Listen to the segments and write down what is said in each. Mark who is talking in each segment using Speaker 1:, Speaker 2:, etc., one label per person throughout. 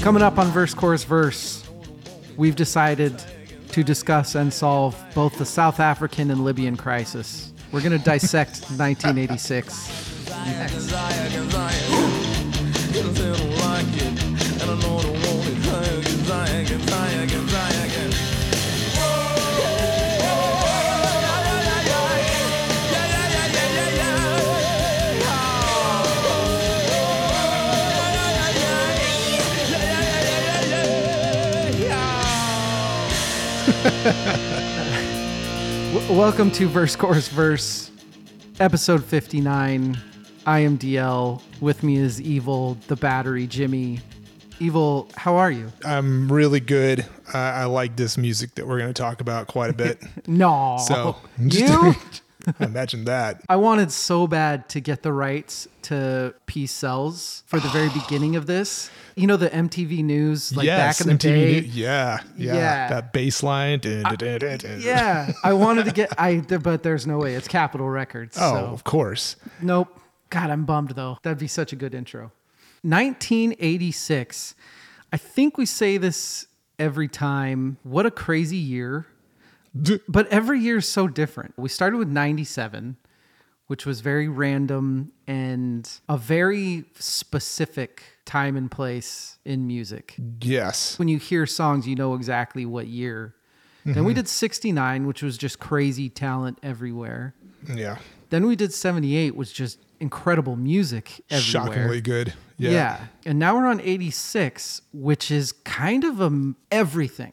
Speaker 1: Coming up on Verse Chorus Verse, we've decided to discuss and solve both the South African and Libyan crisis. We're going to dissect 1986. W- welcome to Verse Chorus Verse, episode 59. I am DL. With me is Evil, the battery, Jimmy. Evil, how are you?
Speaker 2: I'm really good. I, I like this music that we're going to talk about quite a bit.
Speaker 1: No.
Speaker 2: So,
Speaker 1: Oh, you?
Speaker 2: Imagine that.
Speaker 1: I wanted so bad to get the rights to P cells for the very beginning of this. You know the MTV News like
Speaker 2: yes,
Speaker 1: back in the day.
Speaker 2: Knew- yeah, yeah,
Speaker 1: Yeah.
Speaker 2: That bass line. dun, dun, dun, dun, dun.
Speaker 1: Yeah, I wanted to get I th- but there's no way. It's Capitol Records.
Speaker 2: Oh,
Speaker 1: so.
Speaker 2: of course.
Speaker 1: Nope. God, I'm bummed though. That'd be such a good intro. 1986. I think we say this every time. What a crazy year.
Speaker 2: D-
Speaker 1: But every year is so different. We started with 97, which was very random and a very specific time and place in music
Speaker 2: Yes.
Speaker 1: when you hear songs, you know exactly what year. Then we did 69, which was just crazy talent everywhere.
Speaker 2: Yeah.
Speaker 1: Then we did 78, which just incredible music everywhere.
Speaker 2: Shockingly good. Yeah.
Speaker 1: Yeah. And now we're on 86, which is kind of um, everything.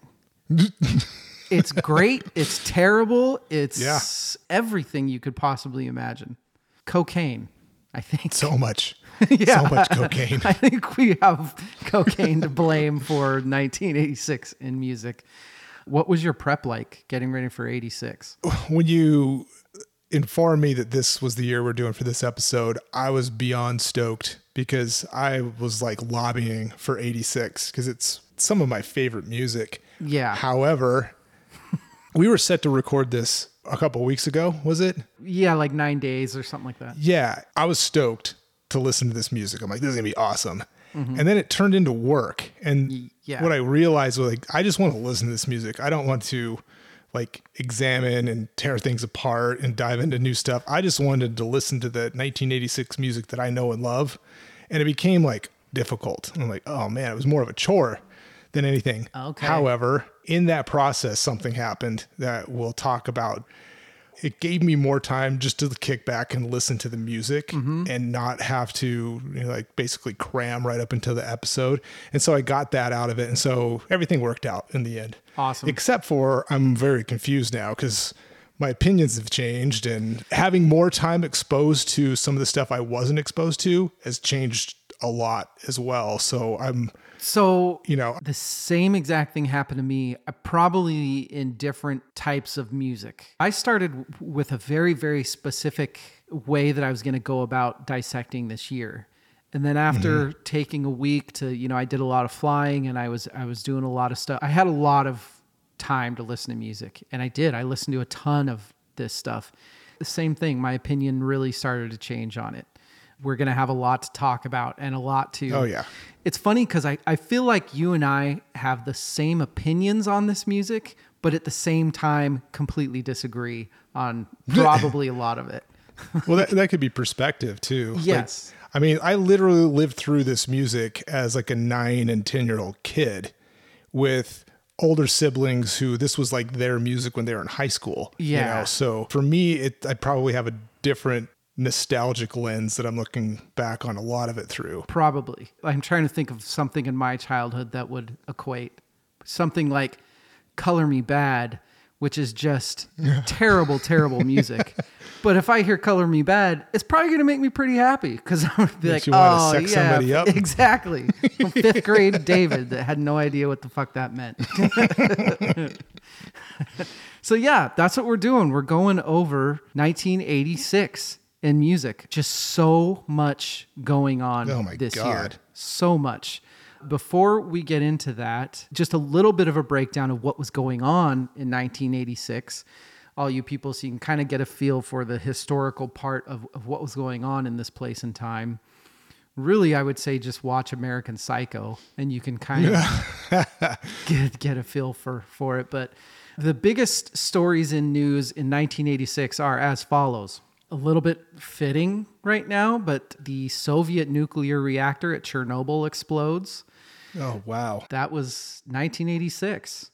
Speaker 1: it's great. It's terrible. It's
Speaker 2: Yeah.
Speaker 1: everything you could possibly imagine. Cocaine, I think.
Speaker 2: So much.
Speaker 1: Yeah.
Speaker 2: So much cocaine.
Speaker 1: I think we have cocaine to blame for 1986 in music. What was your prep like getting ready for 86?
Speaker 2: when you informed me that this was the year we're doing for this episode, I was beyond stoked because I was like lobbying for 86 because it's some of my favorite music.
Speaker 1: Yeah.
Speaker 2: However, we were set to record this a couple weeks ago, was it?
Speaker 1: Yeah, like nine days or something like that.
Speaker 2: Yeah. I was stoked to listen to this music. I'm like, this is going to be awesome. And then it turned into work. And
Speaker 1: Mm-hmm. yeah.
Speaker 2: what I realized was like, I just want to listen to this music. I don't want to like examine and tear things apart and dive into new stuff. I just wanted to listen to the 1986 music that I know and love. And it became like difficult. I'm like, oh man, it was more of a chore than anything.
Speaker 1: Okay.
Speaker 2: However, in that process, something happened that we'll talk about it gave me more time just to kick back and listen to the music
Speaker 1: Mm-hmm.
Speaker 2: and not have to you know, like basically cram right up into the episode. And so I got that out of it. And so everything worked out in the end.
Speaker 1: Awesome.
Speaker 2: Except for I'm very confused now because my opinions have changed and having more time exposed to some of the stuff I wasn't exposed to has changed a lot as well. So I'm,
Speaker 1: So,
Speaker 2: you know,
Speaker 1: the same exact thing happened to me, uh, probably in different types of music. I started w- with a very, very specific way that I was going to go about dissecting this year. And then after taking a week to, you know, I did a lot of flying and I was I was doing a lot of stuff. I had a lot of time to listen to music, and I did. I listened to a ton of this stuff. The same thing, my opinion really started to change on it. We're going to have a lot to talk about and a lot to
Speaker 2: Oh, yeah.
Speaker 1: it's funny because I, I feel like you and I have the same opinions on this music, but at the same time, completely disagree on probably a lot of it.
Speaker 2: well that, that could be perspective too Like,
Speaker 1: Yes.
Speaker 2: i mean i literally lived through this music as like a nine and ten year old kid with older siblings who this was like their music when they were in high school
Speaker 1: Yeah.
Speaker 2: so for me it i probably have a different nostalgic lens that i'm looking back on a lot of it through
Speaker 1: Probably. I'm trying to think of something in my childhood that would equate something like Color Me Bad, which is just terrible, terrible music. But if I hear Color Me Bad, it's probably going to make me pretty happy because I'm going to be like,
Speaker 2: Makes you wanna
Speaker 1: oh,
Speaker 2: sex
Speaker 1: yeah,
Speaker 2: somebody up."
Speaker 1: exactly. From fifth grade David that had no idea what the fuck that meant. So yeah, that's what we're doing. We're going over 1986 in music. Just so much going on
Speaker 2: Oh my
Speaker 1: this year.
Speaker 2: God.
Speaker 1: So much. Before we get into that, just a little bit of a breakdown of what was going on in 1986. All you people, so you can kind of get a feel for the historical part of, of what was going on in this place and time. really I would say just watch American Psycho and you can kind of get get a feel for for it. But the biggest stories in news in 1986 are as follows. A little bit fitting right now, but the Soviet nuclear reactor at Chernobyl explodes.
Speaker 2: Oh, wow.
Speaker 1: That was 1986.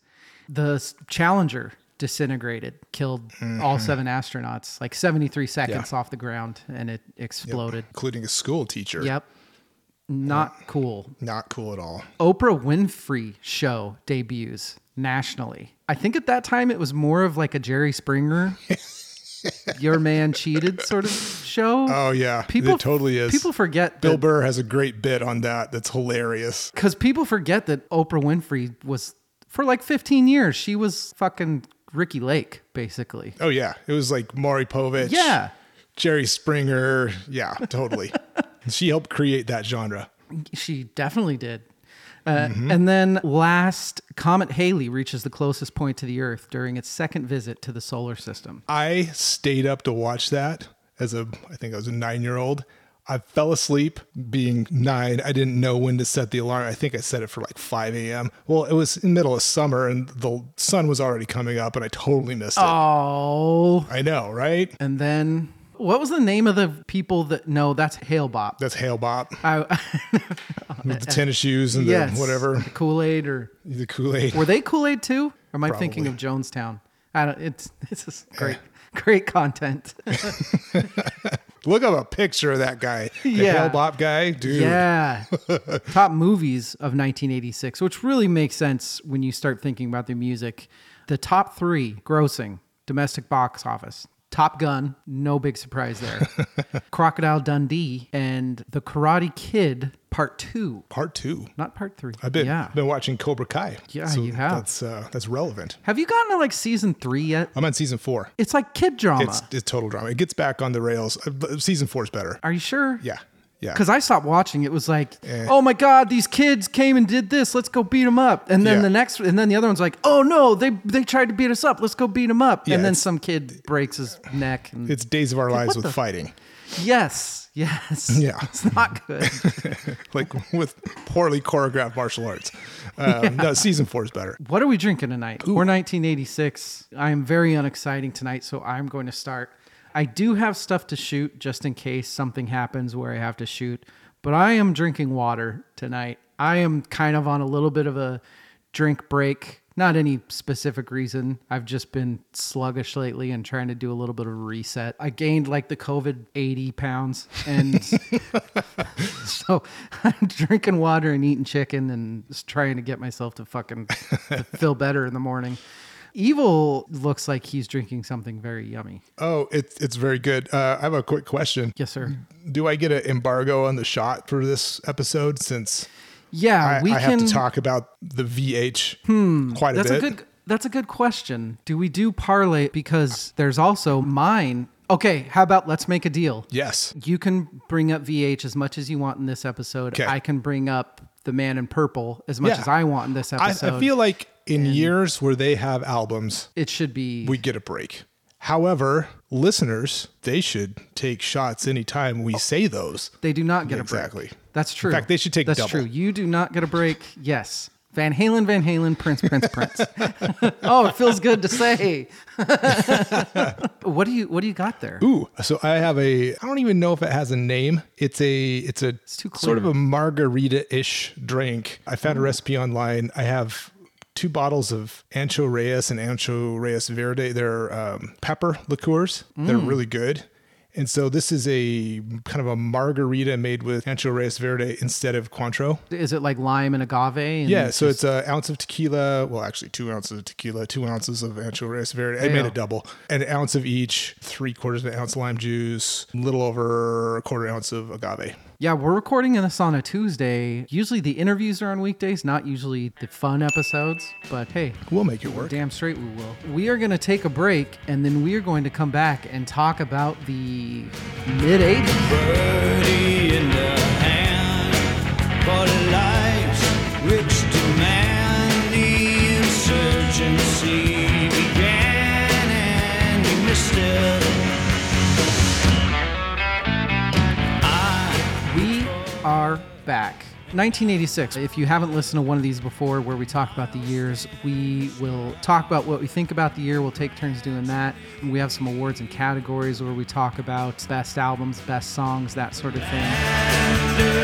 Speaker 1: The s- Challenger disintegrated, killed all seven astronauts, like 73 seconds off the ground, and it exploded.
Speaker 2: Including a school teacher.
Speaker 1: Yep. Not cool.
Speaker 2: Not cool at all.
Speaker 1: Oprah Winfrey show debuts nationally. I think at that time it was more of like a Jerry Springer, your man cheated sort of show.
Speaker 2: Oh, yeah.
Speaker 1: people
Speaker 2: it totally is.
Speaker 1: People forget
Speaker 2: Bill
Speaker 1: that
Speaker 2: Burr has a great bit on that that's hilarious.
Speaker 1: because people forget that Oprah Winfrey was for like 15 years. She was fucking Ricky Lake, basically.
Speaker 2: Oh, yeah. It was like Maury Povich.
Speaker 1: Yeah,
Speaker 2: Jerry Springer. Yeah, totally. she helped create that genre.
Speaker 1: she definitely did. Uh,
Speaker 2: Mm-hmm.
Speaker 1: And then last, Comet Haley reaches the closest point to the Earth during its second visit to the solar system.
Speaker 2: I stayed up to watch that as a, I think I was a nine year old. I fell asleep being nine. I didn't know when to set the alarm. I think I set it for like 5 a.m. Well, it was in the middle of summer and the sun was already coming up and I totally missed it.
Speaker 1: Oh,
Speaker 2: I know, right?
Speaker 1: and then what was the name of the people that? No, that's Hale Bop.
Speaker 2: That's Hale Bop
Speaker 1: I,
Speaker 2: with the tennis shoes and
Speaker 1: yes,
Speaker 2: the whatever,
Speaker 1: Kool Aid or
Speaker 2: the Kool Aid.
Speaker 1: were they Kool Aid too? Or am I thinking of Jonestown? I don't. It's this is great, great content.
Speaker 2: Look up a picture of that guy. The
Speaker 1: Yeah.
Speaker 2: Hale Bop guy, dude.
Speaker 1: Yeah. Top movies of 1986, which really makes sense when you start thinking about the music. The top three grossing domestic box office Top Gun, no big surprise there. Crocodile Dundee and The Karate Kid Part Two,
Speaker 2: Part two.
Speaker 1: not Part Three.
Speaker 2: I've been,
Speaker 1: Yeah.
Speaker 2: been watching Cobra Kai.
Speaker 1: Yeah, you have.
Speaker 2: That's, uh, that's relevant.
Speaker 1: Have you gotten to like season three yet?
Speaker 2: I'm on season four.
Speaker 1: It's like kid drama.
Speaker 2: It's, it's total drama. It gets back on the rails. Uh, Season four is better.
Speaker 1: Are you sure?
Speaker 2: Yeah. Eh. Yeah.
Speaker 1: Because I stopped watching, it was like, oh my god, these kids came and did this. Let's go beat them up. And then
Speaker 2: Yeah.
Speaker 1: the next, and then the other one's like, oh no, they they tried to beat us up. Let's go beat them up.
Speaker 2: Yeah,
Speaker 1: and then
Speaker 2: it's-
Speaker 1: some kid breaks his neck. And
Speaker 2: it's Days of Our Lives
Speaker 1: what
Speaker 2: with
Speaker 1: the-
Speaker 2: fighting,
Speaker 1: yes, yes,
Speaker 2: Yeah.
Speaker 1: it's not good.
Speaker 2: like with poorly choreographed martial arts. Um, No, season four is better.
Speaker 1: what are we drinking tonight? We're 1986. I am very unexciting tonight, so I'm going to start. I do have stuff to shoot just in case something happens where I have to shoot, but I am drinking water tonight. I am kind of on a little bit of a drink break. Not any specific reason. I've just been sluggish lately and trying to do a little bit of a reset. I gained like the COVID 80 pounds and so I'm drinking water and eating chicken and just trying to get myself to fucking to feel better in the morning. Evil looks like he's drinking something very yummy.
Speaker 2: Oh, it's it's very good. Uh, I have a quick question.
Speaker 1: Yes, sir.
Speaker 2: Do I get an embargo on the shot for this episode since
Speaker 1: Yeah,
Speaker 2: I,
Speaker 1: Uh, we
Speaker 2: I
Speaker 1: can. Hmm,
Speaker 2: have to talk about the VH quite a
Speaker 1: that's
Speaker 2: bit?
Speaker 1: a good. That's a good question. Do we do parlay? Because there's also mine. Okay, how about let's make a deal.
Speaker 2: yes.
Speaker 1: You can bring up VH as much as you want in this episode.
Speaker 2: Okay.
Speaker 1: I can bring up the Man in Purple as much
Speaker 2: Yeah.
Speaker 1: as I want in this
Speaker 2: I,
Speaker 1: episode.
Speaker 2: I feel like in years where they have albums,
Speaker 1: it should be.
Speaker 2: we get a break. However, listeners, they should take shots anytime we say those.
Speaker 1: They do not Oh, get a break.
Speaker 2: Exactly.
Speaker 1: That's true.
Speaker 2: fact, they should take
Speaker 1: That's
Speaker 2: double.
Speaker 1: true. You do not get a break. Yes. Van Halen, Van Halen, Prince, Prince, Prince. oh, it feels good to say. what do you What do you got there?
Speaker 2: Ooh, so I have a I don't even know if it has a name. It's a it's a
Speaker 1: too
Speaker 2: sort of
Speaker 1: clear. Mm.
Speaker 2: a margarita-ish drink. I found a recipe online. I have two bottles of Ancho Reyes and Ancho Reyes Verde. They're um, pepper liqueurs. They're
Speaker 1: Mm.
Speaker 2: really good. And so this is a kind of a margarita made with Ancho Reyes Verde instead of Cointreau.
Speaker 1: Is it like lime and agave? And
Speaker 2: Yeah, so it's an ounce of tequila. Well, actually, two ounces of tequila, two ounces of ancho Reyes verde. I made
Speaker 1: Yeah.
Speaker 2: a double, an ounce of each, three quarters of an ounce of lime juice, a little over a quarter ounce of agave.
Speaker 1: yeah. We're recording this on a Tuesday. Usually the interviews are on weekdays, not usually the fun episodes. But hey,
Speaker 2: We'll make it work.
Speaker 1: Damn straight we will. We are going to take a break and then we are going to come back and talk about the mid 80s.
Speaker 3: birdie in the hand for life's rich demand. The insurgency began, and you missed it.
Speaker 1: We back. 1986. If you haven't listened to one of these before where we talk about the years, we will talk about what we think about the year. We'll take turns doing that. And we have some awards and categories where we talk about best albums, best songs, that sort of thing.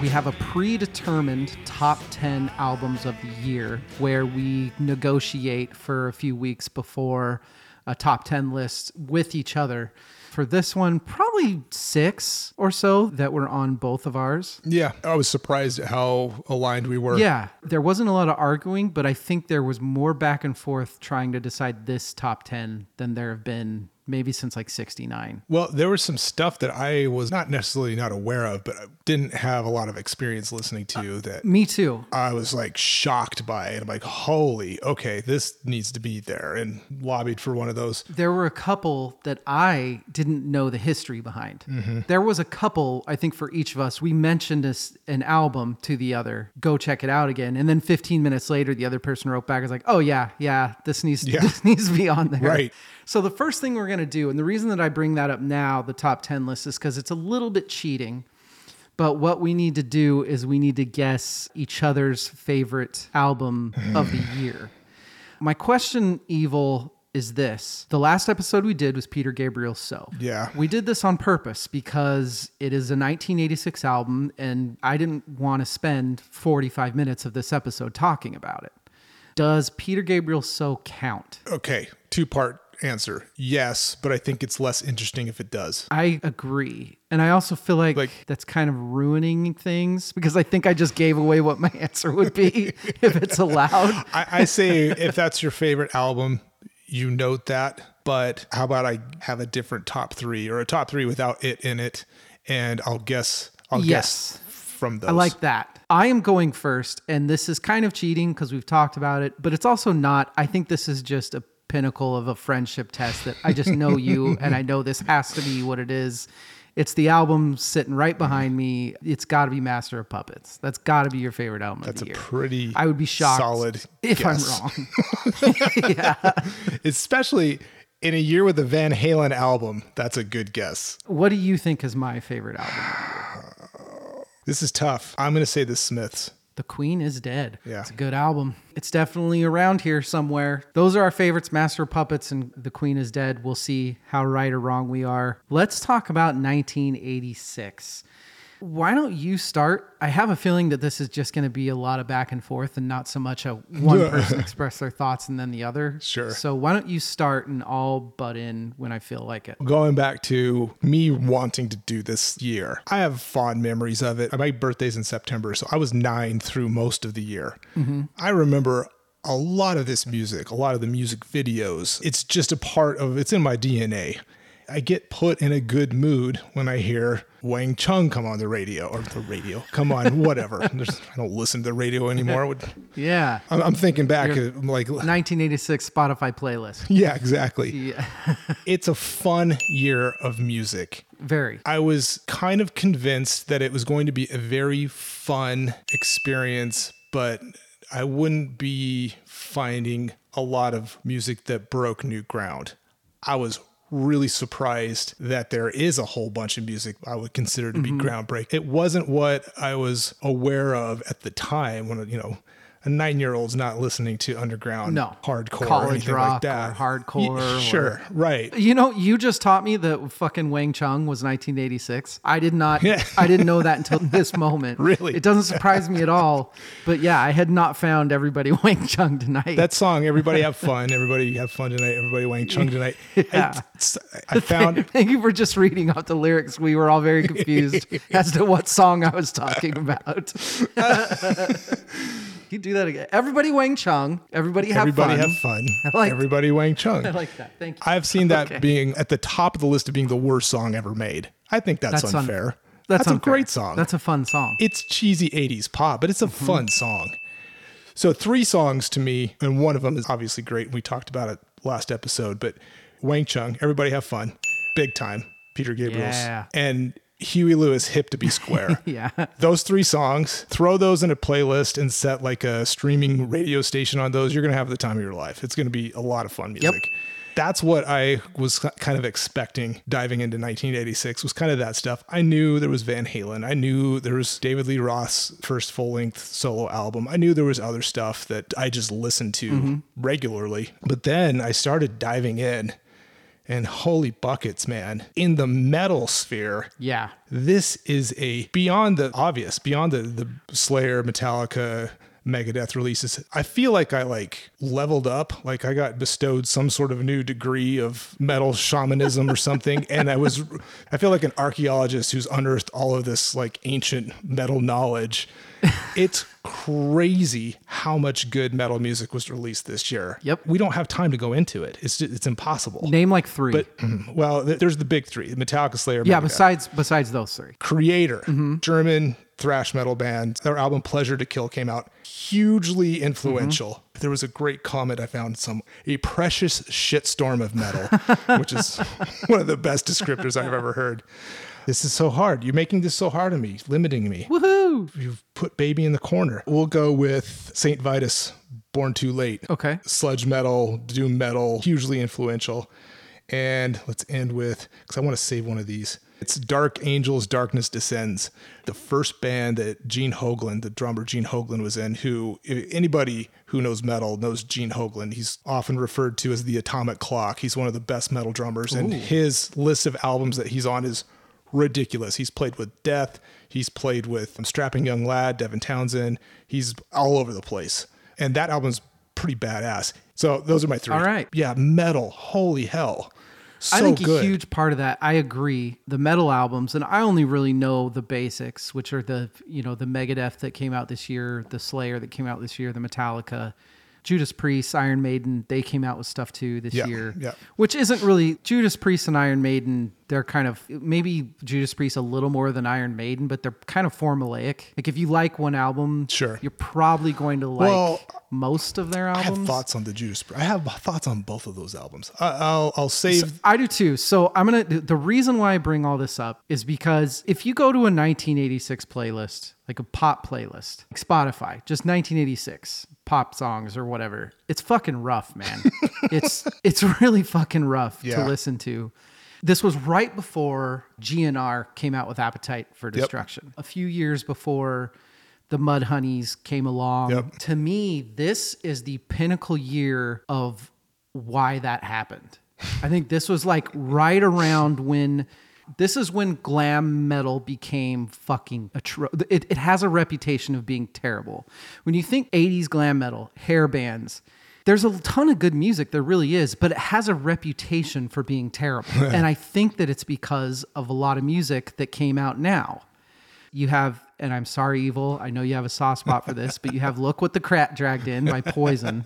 Speaker 1: We have a predetermined top 10 albums of the year where we negotiate for a few weeks before a top 10 list with each other. For this one, probably six or so that were on both of ours.
Speaker 2: Yeah, I was surprised at how aligned we were.
Speaker 1: Yeah, there wasn't a lot of arguing, but I think there was more back and forth trying to decide this top 10 than there have been maybe since like 69.
Speaker 2: Well, there was some stuff that I was not necessarily not aware of, but I didn't have a lot of experience listening to
Speaker 1: Uh,
Speaker 2: that
Speaker 1: Me too.
Speaker 2: I was like shocked by it. I'm like, holy, okay, this needs to be there, and lobbied for one of those.
Speaker 1: there were a couple that I didn't know the history behind.
Speaker 2: Mm-hmm.
Speaker 1: There was a couple, I think, for each of us. We mentioned this, an album to the other, go check it out again. And then 15 minutes later, the other person wrote back, I was like, oh, yeah, yeah, this needs,
Speaker 2: Yeah.
Speaker 1: this needs to be on there.
Speaker 2: Right.
Speaker 1: So the first thing we're going to do, and the reason that I bring that up now, the top 10 list, is because it's a little bit cheating. But what we need to do is we need to guess each other's favorite album of the year. My question, Evil, is this. The last episode we did was Peter Gabriel's So.
Speaker 2: Yeah.
Speaker 1: We did this on purpose because it is a 1986 album, and I didn't want to spend 45 minutes of this episode talking about it. Does Peter Gabriel's So count?
Speaker 2: Okay, two part answer. Yes, but I think it's less interesting if it does.
Speaker 1: I agree. And I also feel like,
Speaker 2: Like-
Speaker 1: that's kind of ruining things because I think I just gave away what my answer would be if it's allowed.
Speaker 2: I, I say if that's your favorite album, you note that. But how about I have a different top three or a top three without it in it, and I'll guess. I'll
Speaker 1: Yes.
Speaker 2: guess from those.
Speaker 1: I like that. I am going first, and this is kind of cheating because we've talked about it, but it's also not. I think this is just a pinnacle of a friendship test that I just know you, and I know this has to be what it is. It's the album sitting right behind me. It's got to be Master of Puppets. That's got to be your favorite album
Speaker 2: That's
Speaker 1: of
Speaker 2: a
Speaker 1: the year.
Speaker 2: pretty.
Speaker 1: I would be shocked
Speaker 2: Solid.
Speaker 1: if
Speaker 2: guess.
Speaker 1: I'm wrong.
Speaker 2: especially in a year with a Van Halen album. That's a good guess.
Speaker 1: What do you think is my favorite album?
Speaker 2: This is tough. I'm gonna say the Smiths.
Speaker 1: The Queen is Dead.
Speaker 2: Yeah.
Speaker 1: It's a good album. It's definitely around here somewhere. Those are our favorites Master of Puppets and The Queen is Dead. We'll see how right or wrong we are. Let's talk about 1986. Why don't you start? I have a feeling that this is just going to be a lot of back and forth and not so much a one person express their thoughts and then the other.
Speaker 2: Sure.
Speaker 1: So why don't you start and I'll butt in when I feel like it?
Speaker 2: Going back to me wanting to do this year, I have fond memories of it. My birthday's in September, so I was nine through most of the year. I remember a lot of this music, a lot of the music videos. It's just a part of it's in my DNA. I get put in a good mood when I hear Wang Chung come on the radio or the radio. Come on, whatever. There's- I don't listen to the radio anymore. Would-
Speaker 1: Yeah.
Speaker 2: I'm, I'm thinking back, I'm like,
Speaker 1: 1986 Spotify playlist.
Speaker 2: yeah, exactly. it's a fun year of music.
Speaker 1: Very.
Speaker 2: I was kind of convinced that it was going to be a very fun experience, but I wouldn't be finding a lot of music that broke new ground. I was really surprised that there is a whole bunch of music I would consider to be
Speaker 1: Mm-hmm.
Speaker 2: groundbreaking. It wasn't what I was aware of at the time when, you know, a nine year old's not listening to underground
Speaker 1: No.
Speaker 2: hardcore
Speaker 1: College
Speaker 2: or anything
Speaker 1: rock
Speaker 2: like that.
Speaker 1: or hardcore or-
Speaker 2: sure, right.
Speaker 1: You know, you just taught me that fucking Wang Chung was 1986. I did not.
Speaker 2: Yeah.
Speaker 1: I didn't know that until this moment.
Speaker 2: Really?
Speaker 1: it doesn't surprise me at all. But yeah, I had not found everybody Wang Chung tonight.
Speaker 2: that song everybody have fun everybody have fun tonight everybody wang chung tonight
Speaker 1: Yeah.
Speaker 2: I, I found
Speaker 1: Thank you for just reading off the lyrics. We were all very confused as to what song I was talking about. you do that again. Everybody Wang Chung. Everybody have
Speaker 2: everybody
Speaker 1: fun.
Speaker 2: have fun
Speaker 1: like-
Speaker 2: everybody wang chung
Speaker 1: I like that. Thank you.
Speaker 2: i've seen that
Speaker 1: Okay.
Speaker 2: being at the top of the list of being the worst song ever made i think that's,
Speaker 1: That's un-
Speaker 2: unfair
Speaker 1: That's,
Speaker 2: a
Speaker 1: unfair.
Speaker 2: great song
Speaker 1: That's Mm-hmm. a fun song.
Speaker 2: it's cheesy 80s pop but it's a fun song so three songs to me and one of them is obviously great we talked about it last episode but wang chung everybody have fun big time peter gabriel's
Speaker 1: Yeah.
Speaker 2: and huey lewis hip to be square
Speaker 1: yeah.
Speaker 2: those three songs, throw those in a playlist and set like a streaming radio station on those. You're going to have the time of your life. It's going to be a lot of fun music. that's what I was kind of expecting diving into 1986 was kind of that stuff. I knew there was Van Halen. I knew there was David Lee Roth's first full length solo album. I knew there was other stuff that I just listened to
Speaker 1: Mm-hmm.
Speaker 2: regularly. But then I started diving in, and holy buckets, man, in the metal sphere,
Speaker 1: Yeah.
Speaker 2: this is a beyond the obvious, beyond the, the Slayer, Metallica, Megadeth releases. I feel like I like leveled up, like I got bestowed some sort of new degree of metal shamanism or something. And I was, I feel like an archaeologist who's unearthed all of this like ancient metal knowledge. It's crazy how much good metal music was released this year.
Speaker 1: Yep.
Speaker 2: We don't have time to go into it. It's just, it's impossible.
Speaker 1: Name like three.
Speaker 2: Mm-hmm. Well, th- there's the big three: Metallica, Slayer,
Speaker 1: yeah,
Speaker 2: Megadeth.
Speaker 1: besides Mm-hmm. besides those three.
Speaker 2: Creator, German thrash metal band. Their album Pleasure to Kill came out hugely influential.
Speaker 1: Mm-hmm.
Speaker 2: There was a great comment I found some a precious shitstorm of metal, which is one of the best descriptors I've ever heard. This is so hard. You're making this so hard on me, limiting me.
Speaker 1: Woohoo!
Speaker 2: You've put baby in the corner. We'll go with Saint Vitus, Born Too Late
Speaker 1: Okay.
Speaker 2: sludge metal, doom metal, hugely influential. And let's end with because I want to save one of these. It's Dark Angels, Darkness Descends, the first band that Gene Hoglan, the drummer Gene Hoglan, was in. Who if anybody who knows metal knows Gene Hoglan. He's often referred to as the Atomic Clock. He's one of the best metal drummers, and his list of albums that he's on is ridiculous. He's played with Death. He's played with Strapping Young Lad, Devin Townsend. He's all over the place, and that album's pretty badass. So those are my three.
Speaker 1: All right.
Speaker 2: Yeah, metal. Holy hell. So
Speaker 1: I think
Speaker 2: good.
Speaker 1: a huge part of that, I agree, the metal albums, and I only really know the basics, which are the you know the Megadeth that came out this year, the Slayer that came out this year, the Metallica, Judas Priest, Iron Maiden, they came out with stuff too this
Speaker 2: Yeah,
Speaker 1: year,
Speaker 2: yeah.
Speaker 1: which isn't really Judas Priest and Iron Maiden. They're kind of maybe Judas Priest a little more than Iron Maiden, but they're kind of formulaic. Like if you like one album,
Speaker 2: Sure.
Speaker 1: you're probably going to like
Speaker 2: Well,
Speaker 1: most of their
Speaker 2: I have
Speaker 1: albums.
Speaker 2: thoughts on the Judas. Priest. I have thoughts on both of those albums. I, I'll I'll save.
Speaker 1: I do too. So I'm gonna. The reason why I bring all this up is because if you go to a 1986 playlist, like a pop playlist, like Spotify, just 1986 pop songs or whatever, it's fucking rough, man. it's it's really fucking rough
Speaker 2: Yeah.
Speaker 1: to listen to. This was right before GNR came out with Appetite for Destruction. A few years before the Mud Honeys came along.
Speaker 2: Yep.
Speaker 1: To me, this is the pinnacle year of why that happened. I think this was like right around when this is when glam metal became fucking atro- it, it has a reputation of being terrible. When you think 80s glam metal, hair bands, there's a ton of good music, there really is, but it has a reputation for being terrible. and I think that it's because of a lot of music that came out now you have and i'm sorry evil i know you have a soft spot for this but you have look what the crat dragged in by poison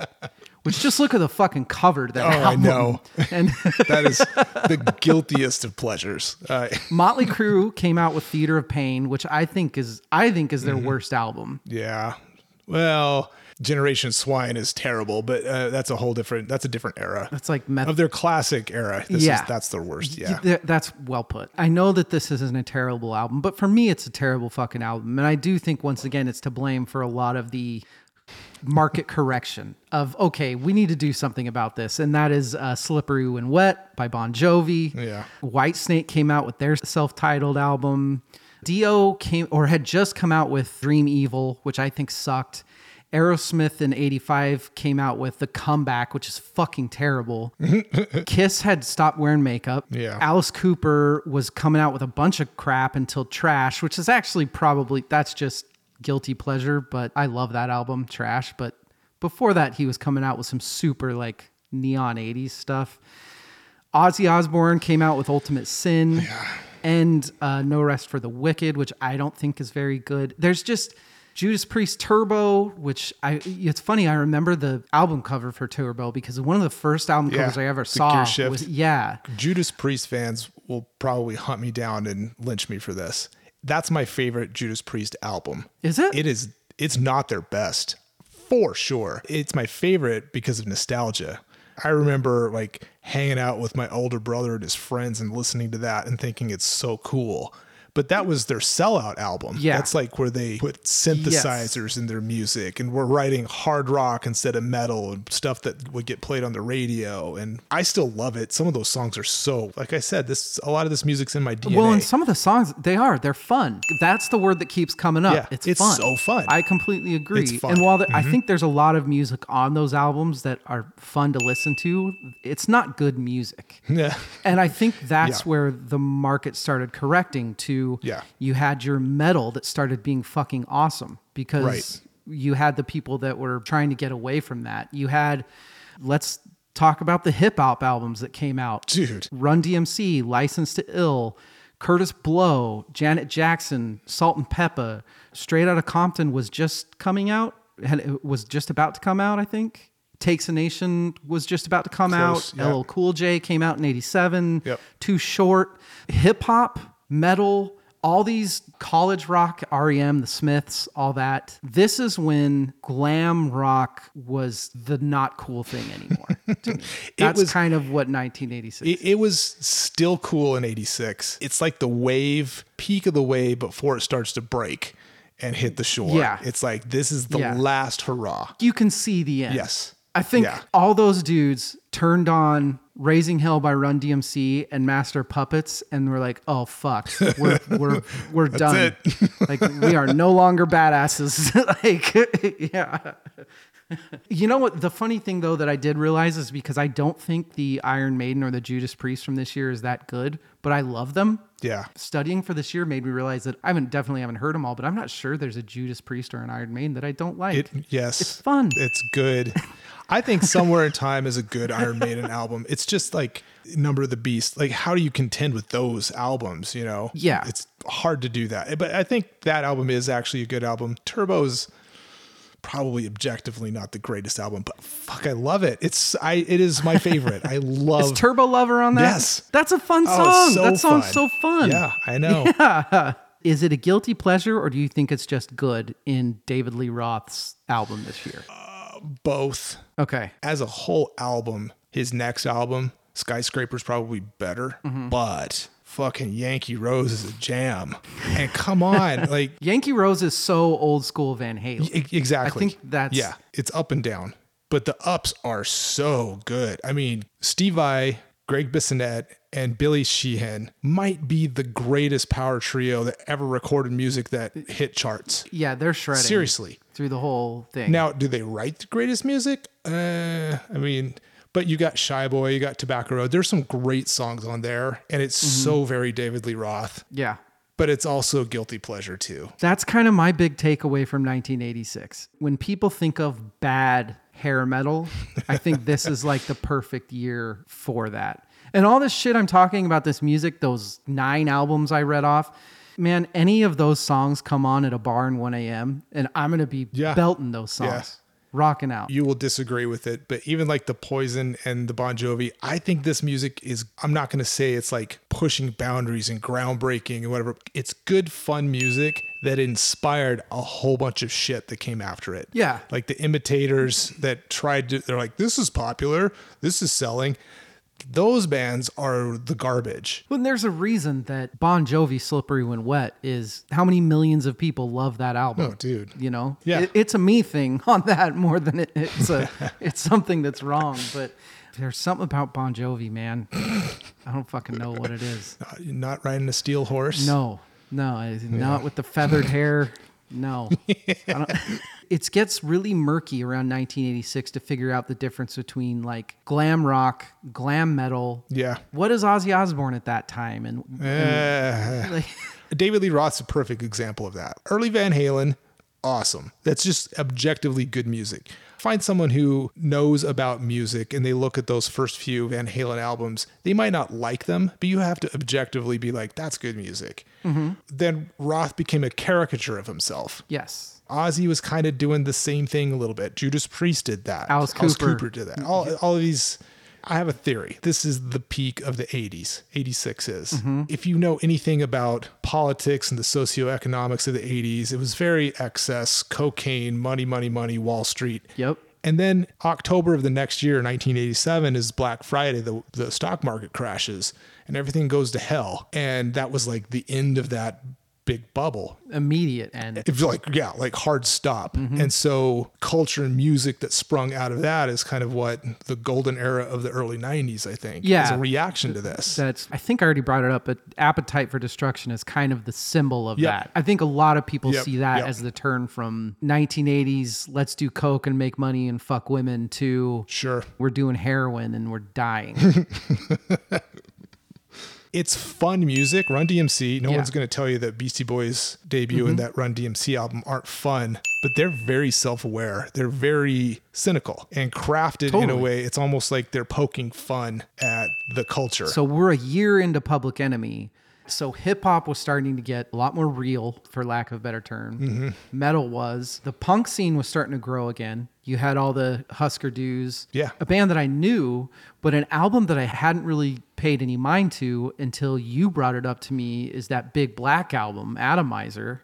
Speaker 1: which just look at the fucking cover to that
Speaker 2: Oh, I
Speaker 1: album.
Speaker 2: know.
Speaker 1: and
Speaker 2: that is the guiltiest of pleasures. Uh,
Speaker 1: motley crue came out with theater of pain which i think is i think is their
Speaker 2: Mm-hmm.
Speaker 1: worst album
Speaker 2: yeah. Well, Generation Swine is terrible, but uh, that's a whole different. That's a different era.
Speaker 1: it's like meth-
Speaker 2: of their classic era. This
Speaker 1: Yeah.
Speaker 2: is that's their worst.
Speaker 1: Y-
Speaker 2: Yeah.
Speaker 1: th- that's well put. I know that this isn't a terrible album, but for me, it's a terrible fucking album. And I do think, once again, it's to blame for a lot of the market correction of, okay, we need to do something about this. And that is uh, Slippery When Wet by Bon Jovi.
Speaker 2: Yeah.
Speaker 1: White Snake came out with their self titled album. Dio came or had just come out with Dream Evil, which I think sucked. Aerosmith in 85 came out with The Comeback, which is fucking terrible. Kiss had stopped wearing makeup.
Speaker 2: Yeah.
Speaker 1: Alice Cooper was coming out with a bunch of crap until Trash, which is actually probably that's just guilty pleasure, but I love that album, Trash. But before that, he was coming out with some super like neon 80s stuff. Ozzy Osbourne came out with Ultimate Sin and uh, No Rest for the Wicked, which I don't think is very good. There's just Judas Priest Turbo, which I it's funny I remember the album cover for Turbo because one of the first album
Speaker 2: Yeah,
Speaker 1: covers I ever
Speaker 2: the
Speaker 1: saw
Speaker 2: gear shift.
Speaker 1: was yeah
Speaker 2: Judas Priest fans will probably hunt me down and lynch me for this. That's my favorite Judas Priest album.
Speaker 1: Is it?
Speaker 2: It is it's not their best for sure. It's my favorite because of nostalgia. I remember like hanging out with my older brother and his friends and listening to that and thinking it's so cool. but that was their sellout album.
Speaker 1: Yeah.
Speaker 2: That's like where they put synthesizers in their music and were writing hard rock instead of metal and stuff that would get played on the radio. And I still love it. Some of those songs are so, like I said, this a lot of this music's in my DNA.
Speaker 1: Well, and some of the songs they are they're fun. That's the word that keeps coming up.
Speaker 2: Yeah,
Speaker 1: it's,
Speaker 2: it's
Speaker 1: fun.
Speaker 2: so fun.
Speaker 1: I completely agree.
Speaker 2: It's fun. Mm-hmm.
Speaker 1: And while the, I think there's a lot of music on those albums that are fun to listen to, it's not good music.
Speaker 2: yeah.
Speaker 1: And I think that's
Speaker 2: Yeah.
Speaker 1: where the market started correcting to
Speaker 2: Yeah.
Speaker 1: you had your metal that started being fucking awesome because
Speaker 2: Right.
Speaker 1: you had the people that were trying to get away from that. You had let's talk about the hip hop albums that came out.
Speaker 2: Dude.
Speaker 1: Run DMC, Licensed to Ill, Curtis Blow, Janet Jackson, Salt and Peppa, Straight Outta Compton was just coming out and it was just about to come out, I think. Takes a Nation was just about to come
Speaker 2: Close,
Speaker 1: out.
Speaker 2: yeah.
Speaker 1: LL Cool J came out in 87.
Speaker 2: Yep.
Speaker 1: Too Short, hip hop, metal, all these college rock, REM, the Smiths, all that. This is when glam rock was the not cool thing anymore. That's
Speaker 2: was-
Speaker 1: kind of what 1986
Speaker 2: It, it was still cool in 86. It's like the wave, peak of the wave before it starts to break and hit the shore.
Speaker 1: Yeah.
Speaker 2: It's like this is the
Speaker 1: Yeah.
Speaker 2: last hurrah.
Speaker 1: you can see the end.
Speaker 2: Yes.
Speaker 1: I think
Speaker 2: Yeah.
Speaker 1: all those dudes turned on Raising Hell by Run DMC and Master Puppets and were like, oh fuck, we're we're we're done. like we are no longer badasses. like yeah. You know what the funny thing though that I did realize is because I don't think the Iron Maiden or the Judas Priest from this year is that good, but I love them.
Speaker 2: Yeah.
Speaker 1: Studying for this year made me realize that I haven't definitely haven't heard them all, but I'm not sure there's a Judas Priest or an Iron Maiden that I don't like.
Speaker 2: It yes. It's
Speaker 1: fun.
Speaker 2: It's good. I think Somewhere in Time is a good Iron Maiden album. It's just like Number of the Beast. Like how do you contend with those albums, you know?
Speaker 1: Yeah.
Speaker 2: It's hard to do that. But I think that album is actually a good album. Turbo's probably objectively not the greatest album, but fuck I love it. It's I it is my favorite. I
Speaker 1: Is
Speaker 2: love
Speaker 1: Turbo Lover on that?
Speaker 2: Yes.
Speaker 1: That's a fun song.
Speaker 2: Oh, it's so
Speaker 1: that song's
Speaker 2: fun.
Speaker 1: so fun.
Speaker 2: Yeah, I know.
Speaker 1: Is it a guilty pleasure or do you think it's just good in David Lee Roth's album this year?
Speaker 2: Both
Speaker 1: Okay.
Speaker 2: as a whole album, his next album, Skyscraper's probably better,
Speaker 1: Mm-hmm.
Speaker 2: but fucking Yankee Rose is a jam. And come on, like
Speaker 1: Yankee Rose is so old school Van Halen.
Speaker 2: e- exactly.
Speaker 1: I think that's-
Speaker 2: yeah, it's up and down, but the ups are so good. I mean, Steve I, Greg Bissonette, and Billy Sheehan might be the greatest power trio that ever recorded music that hit charts.
Speaker 1: Yeah, they're shredding.
Speaker 2: Seriously.
Speaker 1: Through the whole thing.
Speaker 2: Now, do they write the greatest music? Uh, I mean, but you got Shy Boy, you got Tobacco Road. There's some great songs on there, and it's so very David Lee Roth,
Speaker 1: yeah.
Speaker 2: but it's also guilty pleasure too.
Speaker 1: That's kind of my big takeaway from 1986. When people think of bad hair metal, I think this is like the perfect year for that. And all this shit I'm talking about, this music, those nine albums I read off, man, any of those songs come on at a bar in 1 a.m., and I'm going to be
Speaker 2: Yeah.
Speaker 1: belting those songs, rocking out.
Speaker 2: You will disagree with it, but even like the Poison and the Bon Jovi, I think this music is, I'm not going to say it's like pushing boundaries and groundbreaking and whatever. It's good, fun music that inspired a whole bunch of shit that came after it.
Speaker 1: Yeah.
Speaker 2: Like the imitators that tried to, they're like, this is popular, this is selling. Those bands are the garbage.
Speaker 1: Well, and there's a reason that Bon Jovi "Slippery When Wet" is how many millions of people love that album.
Speaker 2: Oh, dude.
Speaker 1: you know,
Speaker 2: Yeah.
Speaker 1: It- it's a me thing on that more than it, it's a it's something that's wrong. But there's something about Bon Jovi, man. I don't fucking know what it is.
Speaker 2: Uh, you're not riding a steel horse.
Speaker 1: No, no, I- not with the feathered hair. No, I don't, it gets really murky around 1986 to figure out the difference between like glam rock, glam metal.
Speaker 2: Yeah.
Speaker 1: What is Ozzy Osbourne at that time? And,
Speaker 2: Eh.
Speaker 1: like,
Speaker 2: David Lee Roth's a perfect example of that. Early Van Halen, awesome. That's just objectively good music. Find someone who knows about music and they look at those first few Van Halen albums. They might not like them, but you have to objectively be like, that's good music. Then Roth became a caricature of himself.
Speaker 1: yes.
Speaker 2: Ozzy was kind of doing the same thing a little bit. Judas Priest did that.
Speaker 1: Alice Cooper.
Speaker 2: did that. All, all of these. I have a theory. This is the peak of the 80s. 86 is.
Speaker 1: Mm-hmm.
Speaker 2: If you know anything about politics and the socioeconomics of the 80s, it was very excess, cocaine, money, money, money, Wall Street.
Speaker 1: Yep.
Speaker 2: And then October of the next year, 1987, is Black Friday. The, the stock market crashes and everything goes to hell. And that was like the end of that big bubble.
Speaker 1: Immediate end.
Speaker 2: It was like, yeah, like hard stop.
Speaker 1: Mm-hmm.
Speaker 2: And so culture and music that sprung out of that is kind of what the golden era of the early 90s, I think. Is
Speaker 1: Yeah.
Speaker 2: a reaction to this.
Speaker 1: That's I think I already brought it up, but appetite for destruction is kind of the symbol of
Speaker 2: Yep.
Speaker 1: that. I think a lot of people
Speaker 2: Yep,
Speaker 1: see that
Speaker 2: yep.
Speaker 1: as the turn from 1980s, let's do coke and make money and fuck women to
Speaker 2: Sure.
Speaker 1: we're doing heroin and we're dying.
Speaker 2: it's fun music. Run DMC.
Speaker 1: Yeah.
Speaker 2: No
Speaker 1: Mm-hmm.
Speaker 2: one's going to tell you that Beastie Boys' debut and that Run DMC album aren't fun, but they're very self aware. They're very cynical and crafted in a
Speaker 1: Totally.
Speaker 2: way. It's almost like they're poking fun at the culture.
Speaker 1: So we're a year into Public Enemy. So hip hop was starting to get a lot more real, for lack of a better term. Metal was. The punk scene was starting to grow again. You had all the Husker Dues.
Speaker 2: Yeah.
Speaker 1: A band that I knew, but an album that I hadn't really paid any mind to until you brought it up to me is that Big Black album, Atomizer.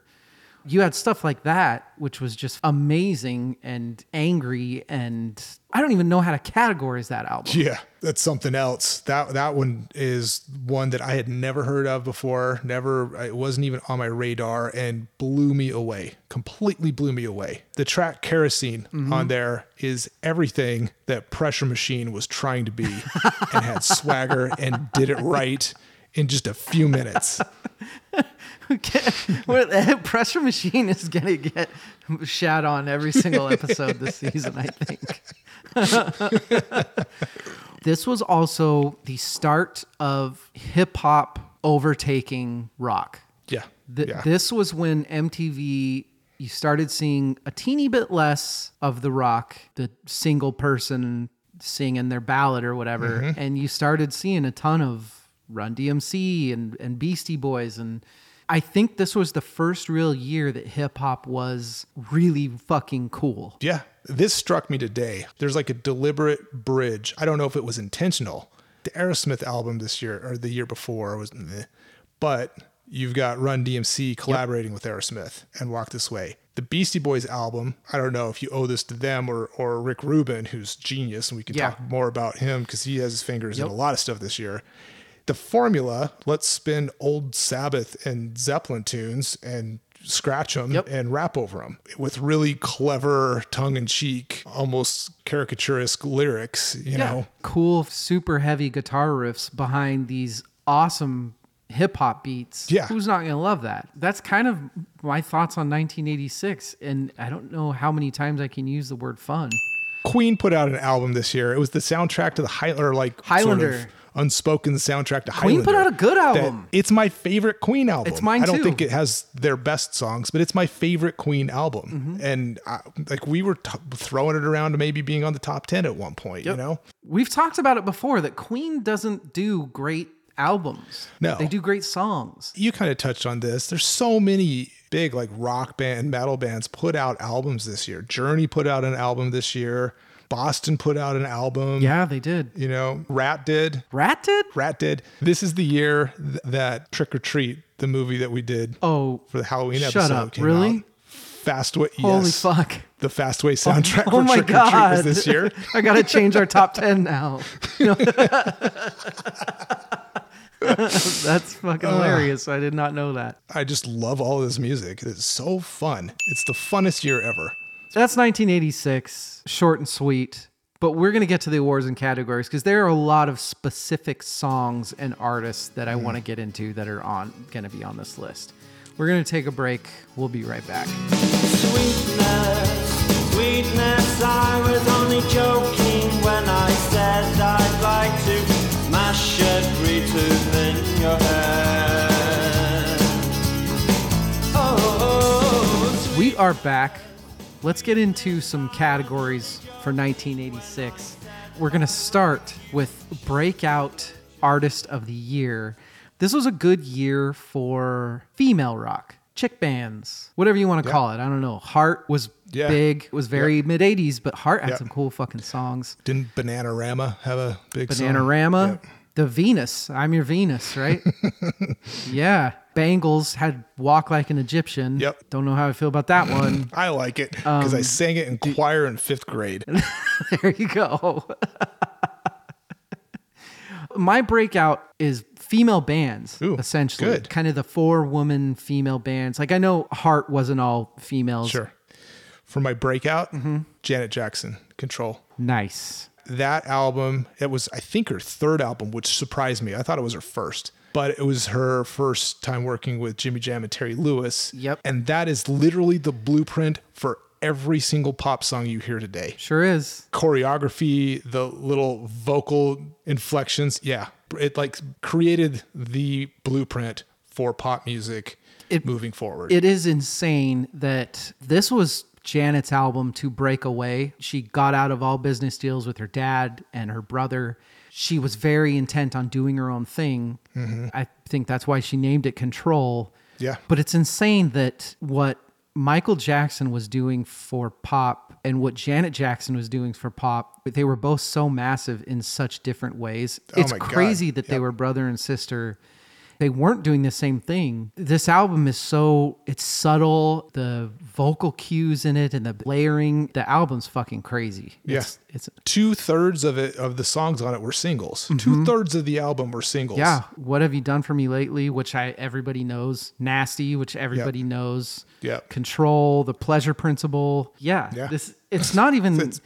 Speaker 1: You had stuff like that, which was just amazing and angry, and I don't even know how to categorize that album.
Speaker 2: yeah, that's something else. That that one is one that I had never heard of before. Never, it wasn't even on my radar, and blew me away. Completely blew me away. The track "Kerosene" on there is everything that Pressure Machine was trying to be, and had swagger and did it right in just a few minutes.
Speaker 1: Okay. Well, the pressure machine is going to get shat on every single episode this season, I think. this was also the start of hip hop overtaking rock.
Speaker 2: Yeah,
Speaker 1: Th-
Speaker 2: yeah.
Speaker 1: This was when MTV, you started seeing a teeny bit less of the rock, the single person singing their ballad or whatever. And you started seeing a ton of Run DMC and, and Beastie Boys. And I think this was the first real year that hip hop was really fucking cool.
Speaker 2: Yeah. This struck me today. There's like a deliberate bridge. I don't know if it was intentional. The Aerosmith album this year or the year before was, meh. but you've got Run DMC collaborating with Aerosmith and Walk This Way. The Beastie Boys album, I don't know if you owe this to them or, or Rick Rubin, who's genius, and we can
Speaker 1: Yeah.
Speaker 2: talk more about him because he has his fingers in
Speaker 1: Yep.
Speaker 2: a lot of stuff this year. The formula, let's spin old Sabbath and Zeppelin tunes and scratch them
Speaker 1: Yep.
Speaker 2: and rap over them with really clever, tongue in cheek, almost caricaturesque lyrics, you know?
Speaker 1: Cool, super heavy guitar riffs behind these awesome hip hop beats.
Speaker 2: Yeah.
Speaker 1: Who's not going to love that? That's kind of my thoughts on 1986. And I don't know how many times I can use the word fun.
Speaker 2: Queen put out an album this year. It was the soundtrack to the Highlander, like sort of
Speaker 1: Highlander.
Speaker 2: unspoken soundtrack to
Speaker 1: Queen
Speaker 2: Highlander.
Speaker 1: put out a good
Speaker 2: that-
Speaker 1: album.
Speaker 2: it's my favorite Queen album.
Speaker 1: It's mine
Speaker 2: I don't
Speaker 1: too.
Speaker 2: think it has their best songs, but it's my favorite Queen album.
Speaker 1: Mm-hmm.
Speaker 2: And I, like we were t- throwing it around to maybe being on the top ten at one point. You know,
Speaker 1: We've talked about it before that Queen doesn't do great albums.
Speaker 2: No.
Speaker 1: They do great songs.
Speaker 2: you kind of touched on this. There's so many big like rock band, metal bands put out albums this year. Journey put out an album this year. Boston put out an album.
Speaker 1: Yeah, they did.
Speaker 2: You know, Rat did.
Speaker 1: Rat did?
Speaker 2: Rat did. This is the year th- that Trick or Treat, the movie that we did
Speaker 1: Oh,
Speaker 2: for the Halloween
Speaker 1: shut
Speaker 2: episode,
Speaker 1: up.
Speaker 2: came
Speaker 1: Really?
Speaker 2: out. Fastway.
Speaker 1: holy
Speaker 2: yes.
Speaker 1: fuck.
Speaker 2: The Fastway soundtrack
Speaker 1: Oh
Speaker 2: for
Speaker 1: my
Speaker 2: Trick
Speaker 1: God.
Speaker 2: or Treat was this year.
Speaker 1: I got to change our top 10 now. That's fucking hilarious. I did not know that.
Speaker 2: I just love all this music. It's so fun. It's the funnest year ever.
Speaker 1: That's 1986, short and sweet. But we're going to get to the awards and categories because there are a lot of specific songs and artists that I
Speaker 2: Hmm.
Speaker 1: want to get into that are on going to be on this list. We're going to take a break. We'll be right back.
Speaker 4: Sweetness, sweetness, I was only joking when I said I'd like to mash a tree tooth in your head. Oh, sweet-
Speaker 1: We are back. Let's get into some categories for 1986. We're going to start with Breakout Artist of the Year. This was a good year for female rock, chick bands, whatever you want to call it. I don't know. Heart was
Speaker 2: Yeah.
Speaker 1: big, was very mid 80s, but Heart had
Speaker 2: Yeah.
Speaker 1: some cool fucking songs.
Speaker 2: Didn't Bananarama have a big song?
Speaker 1: Bananarama.
Speaker 2: Yep.
Speaker 1: The Venus. I'm your Venus, right? yeah. Bangles had Walk Like an Egyptian.
Speaker 2: Yep.
Speaker 1: Don't know how I feel about that one.
Speaker 2: I like it because
Speaker 1: Um,
Speaker 2: I sang it in choir in fifth grade.
Speaker 1: there you go. My breakout is female bands,
Speaker 2: Ooh,
Speaker 1: essentially.
Speaker 2: good.
Speaker 1: Kind of the four woman female bands. Like I know Heart wasn't all females.
Speaker 2: Sure. For my breakout,
Speaker 1: Mm-hmm.
Speaker 2: Janet Jackson, Control.
Speaker 1: Nice.
Speaker 2: That album, it was, I think, her third album, which surprised me. I thought it was her first, but it was her first time working with Jimmy Jam and Terry Lewis.
Speaker 1: Yep.
Speaker 2: And that is literally the blueprint for every single pop song you hear today.
Speaker 1: Sure is.
Speaker 2: Choreography, the little vocal inflections. Yeah. It like created the blueprint for pop music
Speaker 1: It-
Speaker 2: moving forward.
Speaker 1: It is insane that this was Janet's album to break away. She got out of all business deals with her dad and her brother. She was very intent on doing her own thing. I think that's why she named it Control.
Speaker 2: Mm-hmm. Yeah.
Speaker 1: But it's insane that what Michael Jackson was doing for pop and what Janet Jackson was doing for pop, they were both so massive in such different ways. it's
Speaker 2: Oh my God.
Speaker 1: crazy that they
Speaker 2: Yep.
Speaker 1: were brother and sister they weren't doing the same thing. This album is so it's subtle. The vocal cues in it and the layering, the album's fucking crazy.
Speaker 2: Yeah.
Speaker 1: It's, it's
Speaker 2: two thirds of it of the songs on it were singles. Two thirds of the album were singles.
Speaker 1: Mm-hmm. yeah. What have you done for me lately? Which I everybody knows. Nasty, which everybody knows.
Speaker 2: Yep.
Speaker 1: Control, the pleasure principle. Yeah.
Speaker 2: Yeah.
Speaker 1: This it's not even.
Speaker 2: It's-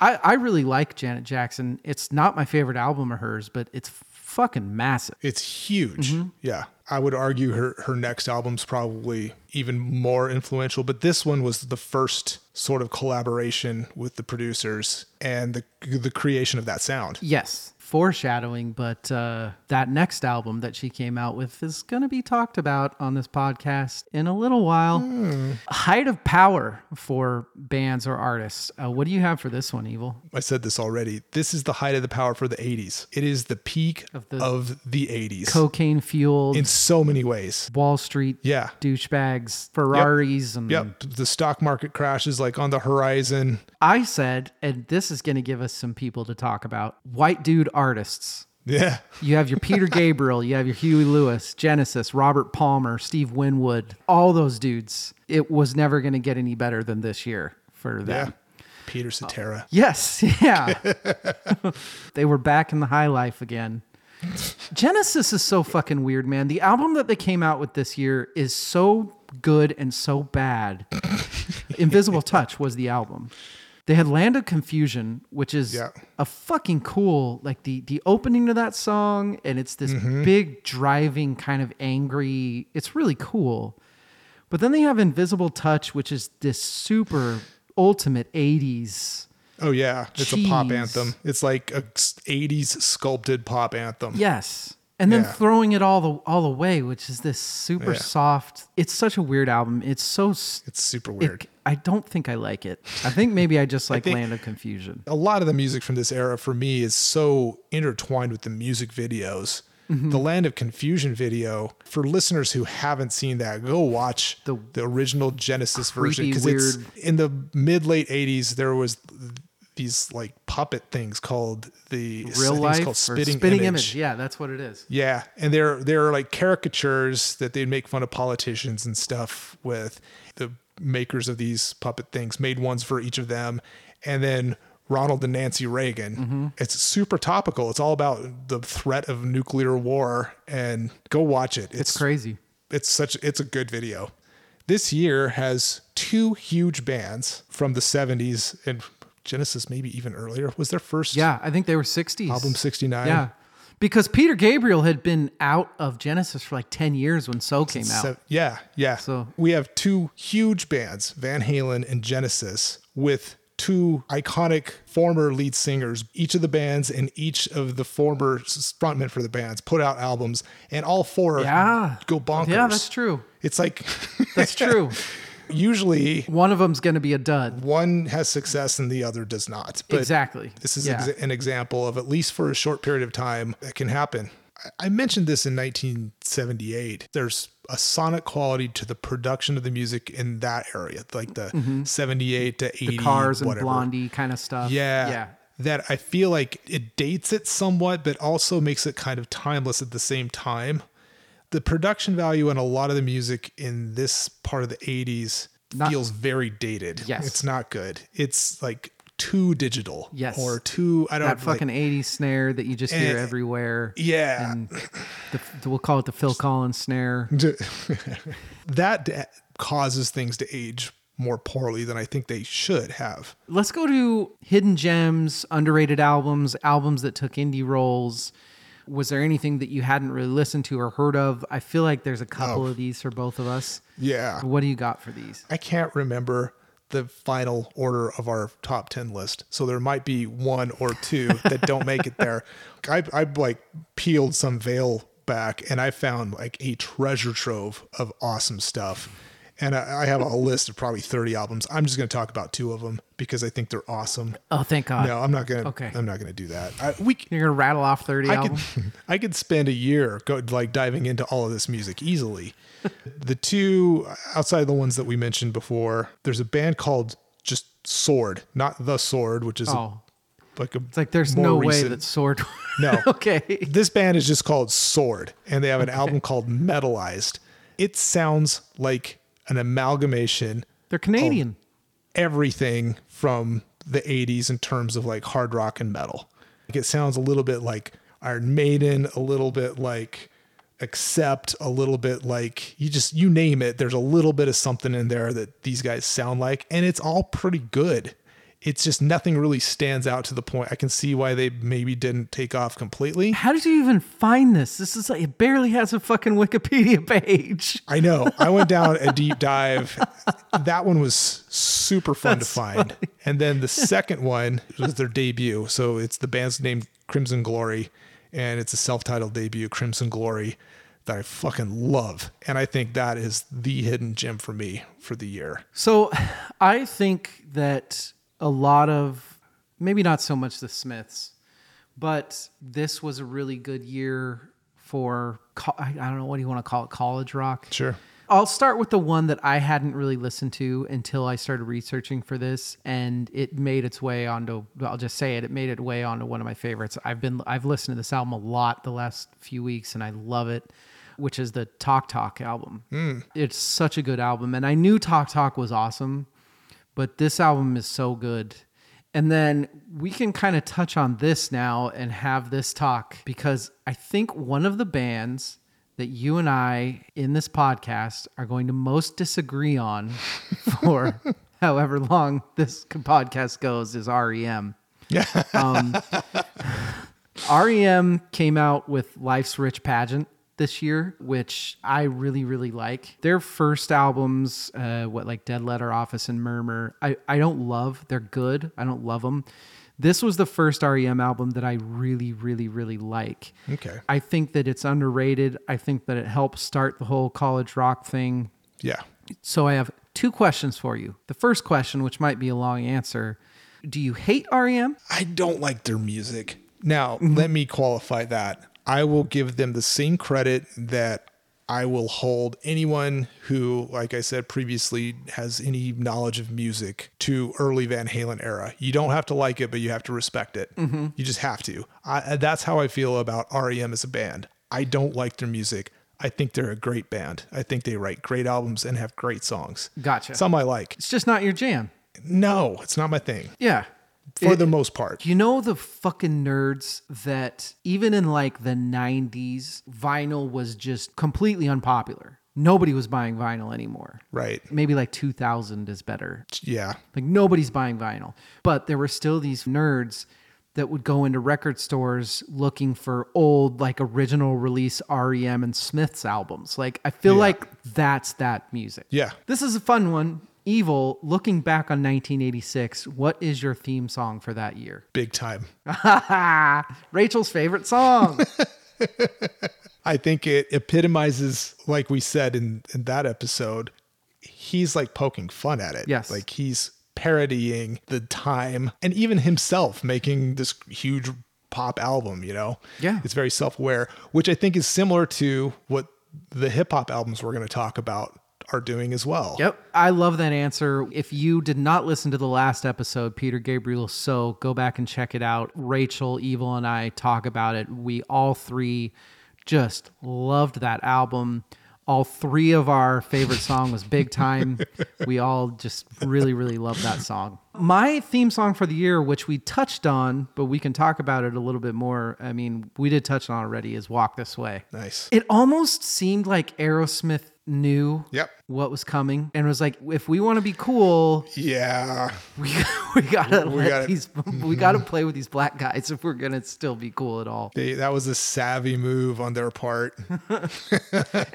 Speaker 1: I I really like Janet Jackson. It's not my favorite album of hers, but it's fucking massive.
Speaker 2: it's huge. Yeah, I would argue her her next album's probably even more influential, but this one was the first sort of collaboration with the producers and the the creation of that sound.
Speaker 1: Yes, foreshadowing, but uh, that next album that she came out with is going to be talked about on this podcast in a little while.
Speaker 2: Hmm.
Speaker 1: Height of power for bands or artists. Uh, what do you have for this one, Evil?
Speaker 2: I said this already. This is the height of the power for the 80s. It is the peak of
Speaker 1: the-
Speaker 2: the, of the 80s
Speaker 1: Cocaine fueled
Speaker 2: in so many ways.
Speaker 1: Wall Street
Speaker 2: Yeah.
Speaker 1: douchebags, Ferraris, and
Speaker 2: Yep, the stock market crashes like on the horizon.
Speaker 1: I said, and this is going to give us some people to talk about white dude artists.
Speaker 2: Yeah.
Speaker 1: You have your Peter Gabriel, you have your Huey Lewis, Genesis, Robert Palmer, Steve Winwood, all those dudes. It was never going to get any better than this year for
Speaker 2: Yeah.
Speaker 1: them.
Speaker 2: Peter Cetera.
Speaker 1: Yes, yeah. they were back in the high life again. Genesis is so fucking weird, man. The album that they came out with this year is so good and so bad. Invisible Touch was the album. They had Land of Confusion, which is
Speaker 2: Yeah.
Speaker 1: a fucking cool, like the the opening to that song, and it's this big driving kind of angry. It's really cool. But then they have Invisible Touch, which is this super ultimate 80s.
Speaker 2: Oh yeah, it's a pop
Speaker 1: Jeez.
Speaker 2: anthem. It's like a s- '80s sculpted pop anthem.
Speaker 1: Yes. And then
Speaker 2: Yeah.
Speaker 1: throwing it all the all away, which is this super
Speaker 2: Yeah.
Speaker 1: soft. It's such a weird album. It's so s-
Speaker 2: It's super
Speaker 1: it-
Speaker 2: weird.
Speaker 1: I don't think I like it. I think maybe I just like
Speaker 2: think-
Speaker 1: Land of Confusion.
Speaker 2: a lot of the music from this era for me is so intertwined with the music videos.
Speaker 1: Mm-hmm.
Speaker 2: The Land of Confusion video for listeners who haven't seen that, go watch
Speaker 1: The
Speaker 2: the, original Genesis version
Speaker 1: creepy,
Speaker 2: because it's
Speaker 1: weird-
Speaker 2: in the mid late '80s. There was these like puppet things called the I
Speaker 1: Real
Speaker 2: think it's
Speaker 1: life
Speaker 2: called
Speaker 1: or spitting image. Yeah, that's what it is.
Speaker 2: Yeah, and there there are like caricatures that they'd make fun of politicians and stuff with. The makers of these puppet things made ones for each of them, and then Ronald and Nancy Reagan. It's super topical. It's all about the threat of nuclear war. And go watch it. It's
Speaker 1: It's crazy.
Speaker 2: it's such it's a good video. This year has two huge bands from the '70s and Genesis, maybe even earlier. Was their first
Speaker 1: Yeah, I think they were 60s.
Speaker 2: album '69?
Speaker 1: Yeah. Because Peter Gabriel had been out of Genesis for like 10 years when So came out.
Speaker 2: So- yeah, yeah.
Speaker 1: So-
Speaker 2: we have two huge bands, Van Halen and Genesis, with two iconic former lead singers. Each of the bands and each of the former s- frontmen for the bands put out albums, and all four
Speaker 1: Yeah.
Speaker 2: go bonkers.
Speaker 1: Yeah, that's true.
Speaker 2: It's like
Speaker 1: That's true.
Speaker 2: usually
Speaker 1: One of them's going to be a dud.
Speaker 2: one has success and the other does not. But
Speaker 1: exactly.
Speaker 2: This is
Speaker 1: Yeah.
Speaker 2: exa- an example of at least for a short period of time that can happen. I- I mentioned this in 1978. There's a sonic quality to the production of the music in that area, like the 78 to 80
Speaker 1: Mm-hmm. Cars and
Speaker 2: whatever.
Speaker 1: Blondie kind of stuff.
Speaker 2: Yeah.
Speaker 1: Yeah.
Speaker 2: that I feel like it dates it somewhat, but also makes it kind of timeless at the same time. The production value and a lot of the music in this part of the 80s
Speaker 1: Not-
Speaker 2: feels very dated.
Speaker 1: Yes.
Speaker 2: It's not good. It's like too digital.
Speaker 1: Yes.
Speaker 2: Or too, I don't
Speaker 1: that
Speaker 2: like-
Speaker 1: fucking 80s snare that you just hear
Speaker 2: Eh,
Speaker 1: everywhere.
Speaker 2: yeah.
Speaker 1: And the, the- we'll call it the Phil Collins snare.
Speaker 2: that d- causes things to age more poorly than I think they should have.
Speaker 1: Let's go to hidden gems, underrated albums, albums that took indie roles. Was there anything that you hadn't really listened to or heard of? I feel like there's a
Speaker 2: Oh.
Speaker 1: couple of these for both of us.
Speaker 2: Yeah.
Speaker 1: What do you got for these?
Speaker 2: I can't remember the final order of our top 10 list. So there might be one or two that don't make it there. I, I like peeled some veil back and I found like a treasure trove of awesome stuff. And I, I have a list of probably 30 albums. I'm just going to talk about two of them because I think they're awesome.
Speaker 1: Oh, thank God.
Speaker 2: No, I'm not going to,
Speaker 1: Okay.
Speaker 2: I'm not going to do that. I, we, c-
Speaker 1: You're going to rattle off 30
Speaker 2: I could,
Speaker 1: albums?
Speaker 2: I could spend a year go like diving into all of this music easily. the two outside of the ones that we mentioned before, there's a band called just Sword, not the Sword, which is a-
Speaker 1: Oh,
Speaker 2: like a
Speaker 1: it's like there's
Speaker 2: more
Speaker 1: no way
Speaker 2: recent-
Speaker 1: that Sword.
Speaker 2: no.
Speaker 1: okay.
Speaker 2: This band is just called Sword, and they have an album called Metalized. It sounds like an amalgamation
Speaker 1: They're
Speaker 2: Oh.
Speaker 1: Canadian.
Speaker 2: everything from the 80s in terms of like hard rock and metal. Like it sounds a little bit like Iron Maiden, a little bit like Accept, a little bit like you just you name it, there's a little bit of something in there that these guys sound like and it's all pretty good. It's just nothing really stands out to the point. I can see why they maybe didn't take off completely.
Speaker 1: How did you even find this? This is like, it barely has a fucking Wikipedia page.
Speaker 2: I know. I went down a deep dive. That one was super fun to find. And then the second one was their debut. So it's the band's name Crimson Glory, and it's a self-titled debut, Crimson Glory, that I fucking love. And I think that is the hidden gem for me for the year.
Speaker 1: So I think that a lot of, maybe not so much the Smiths, but this was a really good year for, co- I I don't know, what do you want to call it? College rock?
Speaker 2: Sure.
Speaker 1: I'll start with the one that I hadn't really listened to until I started researching for this, and it made its way onto. I'll just say it. It made its way onto one of my favorites. I've been I've listened to this album a lot the last few weeks, and I love it. Which is the Talk Talk album. It's such a good album, and I knew Talk Talk was awesome, but this album is so good. And then we can kind of touch on this now and have this talk because I think one of the bands that you and I in this podcast are going to most disagree on for however long this podcast goes is E REM. REM E came out with Life's Rich Pageant this year, which I really, really like. Their first albums, uh, what like Dead Letter Office and Murmur, I, I don't love. They're good. I don't love them. This was the first REM album that I really, really, really like.
Speaker 2: Okay.
Speaker 1: I think that it's underrated. I think that it helped start the whole college rock thing.
Speaker 2: Yeah.
Speaker 1: So I have two questions for you. The first question, which might be a long answer, do you hate E REM?
Speaker 2: I don't like their music. Mm-hmm. Now, let me qualify that. I will give them the same credit that I will hold anyone who, like I said previously, has any knowledge of music to early Van Halen era. You don't have to like it, but you have to respect it. You just have to. I, that's how I feel about REM as a band. I don't like their music. I think they're a great band. I think they write great albums and have great songs.
Speaker 1: Gotcha.
Speaker 2: Some I like.
Speaker 1: It's just not your jam.
Speaker 2: No, it's not my thing
Speaker 1: Yeah.
Speaker 2: for
Speaker 1: It-
Speaker 2: the most part.
Speaker 1: You know the fucking nerds that even in like the 90s, vinyl was just completely unpopular. Nobody was buying vinyl anymore.
Speaker 2: Right.
Speaker 1: Maybe like 2000 is better.
Speaker 2: Yeah.
Speaker 1: Like nobody's buying vinyl. But there were still these nerds that would go into record stores looking for old, like original release REM and Smith's albums. Like I feel like that's that music.
Speaker 2: Yeah.
Speaker 1: This is a fun one. Evil, looking back on 1986, what is your theme song for that year?
Speaker 2: Big time.
Speaker 1: Rachel's favorite song.
Speaker 2: I think it epitomizes, like we said in, in that episode, he's like poking fun at it.
Speaker 1: Yes.
Speaker 2: Like he's parodying the time and even himself making this huge pop album, you know?
Speaker 1: Yeah.
Speaker 2: It's very self aware, which I think is similar to what the hip hop albums we're going to talk about are doing as well.
Speaker 1: Yep. I love that answer. If you did not listen to the last episode, Peter Gabriel, so go back and check it out. Rachel, Evil, and I talk about it. We all three just loved that album. All three of our favorite song was Big Time. we all just really, really love that song. My theme song for the year, which we touched on, but we can talk about it a little bit more. I mean, we did touch on already, is Walk This Way.
Speaker 2: Nice.
Speaker 1: It almost seemed like Aerosmith knew
Speaker 2: Yep.
Speaker 1: what was coming and was like, if we want to be cool,
Speaker 2: Yeah.
Speaker 1: we, we gotta let
Speaker 2: gotta-
Speaker 1: these we gotta play with these black guys if we're gonna still be cool at all.
Speaker 2: They, that was a savvy move on their part.
Speaker 1: And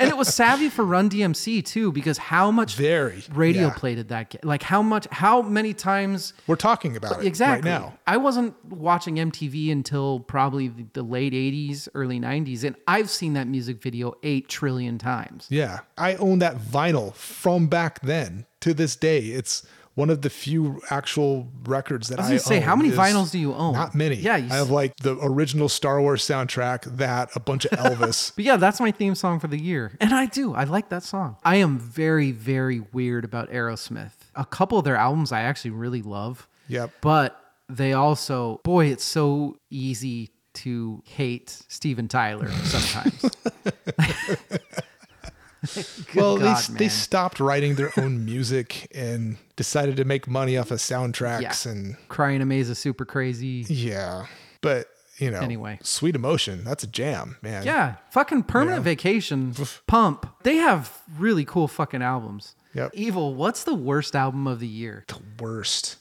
Speaker 1: it was savvy for Run DMC too, because how much
Speaker 2: Very.
Speaker 1: radio
Speaker 2: Yeah.
Speaker 1: play did that get? Like how much how many times
Speaker 2: We're talking about it
Speaker 1: exactly
Speaker 2: right now.
Speaker 1: I wasn't watching MTV until probably the- the late 80s, early 90s, and I've seen that music video eight trillion times.
Speaker 2: Yeah. I own that vinyl from back then to this day. It's one of the few actual records that I,
Speaker 1: I was gonna say, how
Speaker 2: own
Speaker 1: many
Speaker 2: is-
Speaker 1: vinyls do you own?
Speaker 2: Not many.
Speaker 1: Yeah, you
Speaker 2: I have like the original Star Wars soundtrack, that, a bunch of Elvis.
Speaker 1: But yeah, that's my theme song for the year. And I do. I like that song. I am very, very weird about Aerosmith. A couple of their albums I actually really love.
Speaker 2: Yep.
Speaker 1: But they also, boy, it's so easy to hate Steven Tyler sometimes. Good
Speaker 2: well,
Speaker 1: God,
Speaker 2: they, s- they
Speaker 1: man.
Speaker 2: stopped writing their own music and decided to make money off of soundtracks
Speaker 1: Yeah.
Speaker 2: and
Speaker 1: Crying Amaze is super crazy.
Speaker 2: yeah. But, you know,
Speaker 1: Anyway.
Speaker 2: Sweet Emotion, that's a jam, man.
Speaker 1: Yeah. Fucking Permanent Vacation, Pump. They have really cool fucking albums.
Speaker 2: Yep.
Speaker 1: Evil, what's the worst album of the year?
Speaker 2: Worst.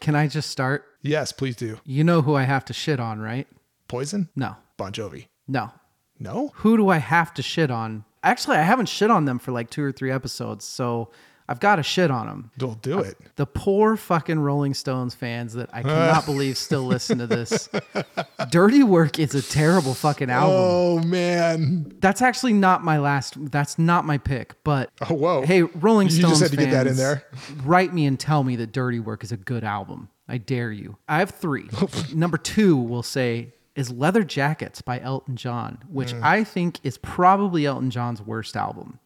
Speaker 1: Can I just start?
Speaker 2: Yes, please do.
Speaker 1: You know who I have to shit on, right?
Speaker 2: Poison?
Speaker 1: No,
Speaker 2: Bon Jovi.
Speaker 1: no.
Speaker 2: No?
Speaker 1: Who do I have to shit on? Actually, I haven't shit on them for like two or three episodes, so I've got to shit on them.
Speaker 2: Don't do it.
Speaker 1: The poor fucking Rolling Stones fans that I cannot believe still listen to this. Dirty Work is a terrible fucking album.
Speaker 2: Oh man.
Speaker 1: That's actually not my last. That's not my pick. But
Speaker 2: Oh whoa.
Speaker 1: hey, Rolling
Speaker 2: You
Speaker 1: Stones
Speaker 2: just had to
Speaker 1: fans,
Speaker 2: get that in there.
Speaker 1: Write me and tell me that Dirty Work is a good album. I dare you. I have three. Number two, we'll say, is Leather Jackets by Elton John, which I think is probably Elton John's worst album.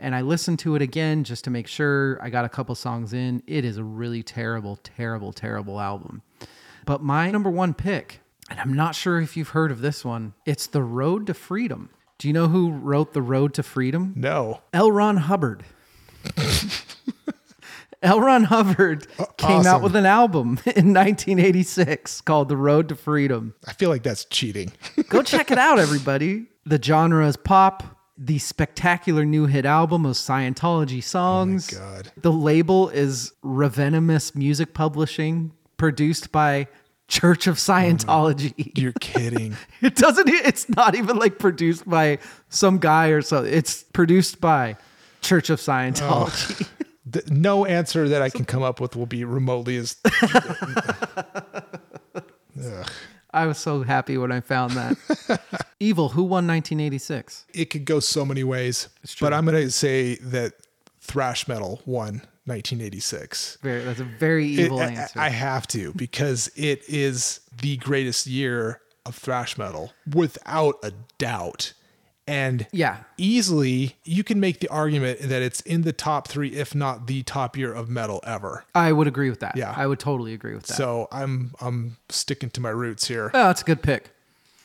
Speaker 1: And I listened to it again just to make sure. I got a couple songs in. It is a really terrible, terrible, terrible album. But my number one pick, and I'm not sure if you've heard of this one, it's The Road to Freedom. Do you know who wrote The Road to Freedom?
Speaker 2: No.
Speaker 1: L. Ron Hubbard. L. Ron Hubbard came out
Speaker 2: Uh, awesome.
Speaker 1: with an album in 1986 called The Road to Freedom.
Speaker 2: I feel like that's cheating.
Speaker 1: Go check it out, everybody. The genre is pop. The spectacular new hit album of Scientology songs.
Speaker 2: Oh God.
Speaker 1: The label is Revenomous Music Publishing, produced by Church of Scientology.
Speaker 2: You're kidding.
Speaker 1: It doesn't. e- It's not even like produced by some guy or so. It's produced by Church
Speaker 2: Oh,
Speaker 1: of Scientology.
Speaker 2: The- no answer that I can come up with will be remotely as Ugh.
Speaker 1: I was so happy when I found that. Evil. Who won 1986?
Speaker 2: it could go so many ways. But I'm gonna say that thrash metal won 1986.
Speaker 1: Very. That's a very
Speaker 2: It-
Speaker 1: evil
Speaker 2: I- I-
Speaker 1: answer.
Speaker 2: I have to because it is the greatest year of thrash metal without a doubt. And
Speaker 1: Yeah.
Speaker 2: easily you can make the argument that it's in the top three, if not the top year of metal ever.
Speaker 1: I would agree with that.
Speaker 2: Yeah.
Speaker 1: I would totally agree with that.
Speaker 2: So I'm I'm sticking to my roots here.
Speaker 1: Oh, that's a good pick.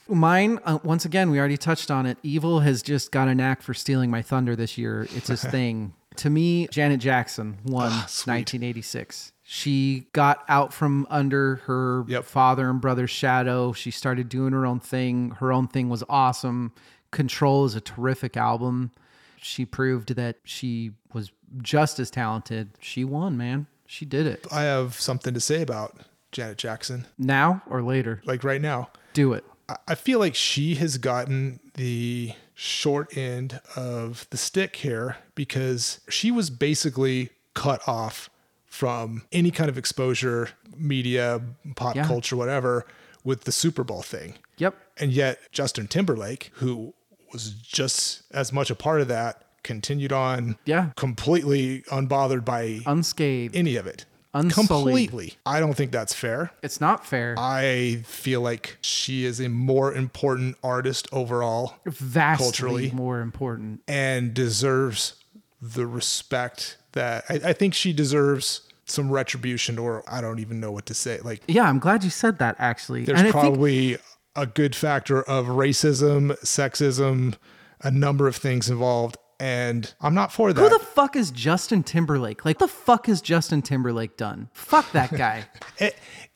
Speaker 1: Mine, uh, once again, we already touched on it. Evil has just got a knack for stealing my thunder this year. It's his thing. to me, Janet Jackson won 1986. She got out from under her
Speaker 2: Yep.
Speaker 1: father and brother's shadow. She started doing her own thing. Her own thing was awesome. Control is a terrific album. She proved that she was just as talented. She won, man. She did it.
Speaker 2: I have something to say about Janet Jackson,
Speaker 1: Now or later,
Speaker 2: like right now.
Speaker 1: do it.
Speaker 2: I- I feel like she has gotten the short end of the stick here because she was basically cut off from any kind of exposure, media, pop
Speaker 1: Yeah.
Speaker 2: culture, whatever, with the Super Bowl thing.
Speaker 1: Yep.
Speaker 2: And yet, Justin Timberlake, who was just as much a part of that, continued on
Speaker 1: Yeah.
Speaker 2: completely unbothered by
Speaker 1: Unscathed.
Speaker 2: any of it.
Speaker 1: unsullied.
Speaker 2: completely. I don't think that's fair.
Speaker 1: It's not fair.
Speaker 2: Uh, I feel like she is a more important artist overall
Speaker 1: Vastly
Speaker 2: culturally.
Speaker 1: more important.
Speaker 2: and deserves the respect that I, I think she deserves some retribution or I don't even know what to say. Like
Speaker 1: Yeah, I'm glad you said that. Actually,
Speaker 2: there's
Speaker 1: and I think
Speaker 2: probably a good factor of racism, sexism, a number of things involved. And I'm not for that.
Speaker 1: Who the fuck is Justin Timberlake? Like, the fuck has Justin Timberlake done? Fuck that guy.
Speaker 2: E-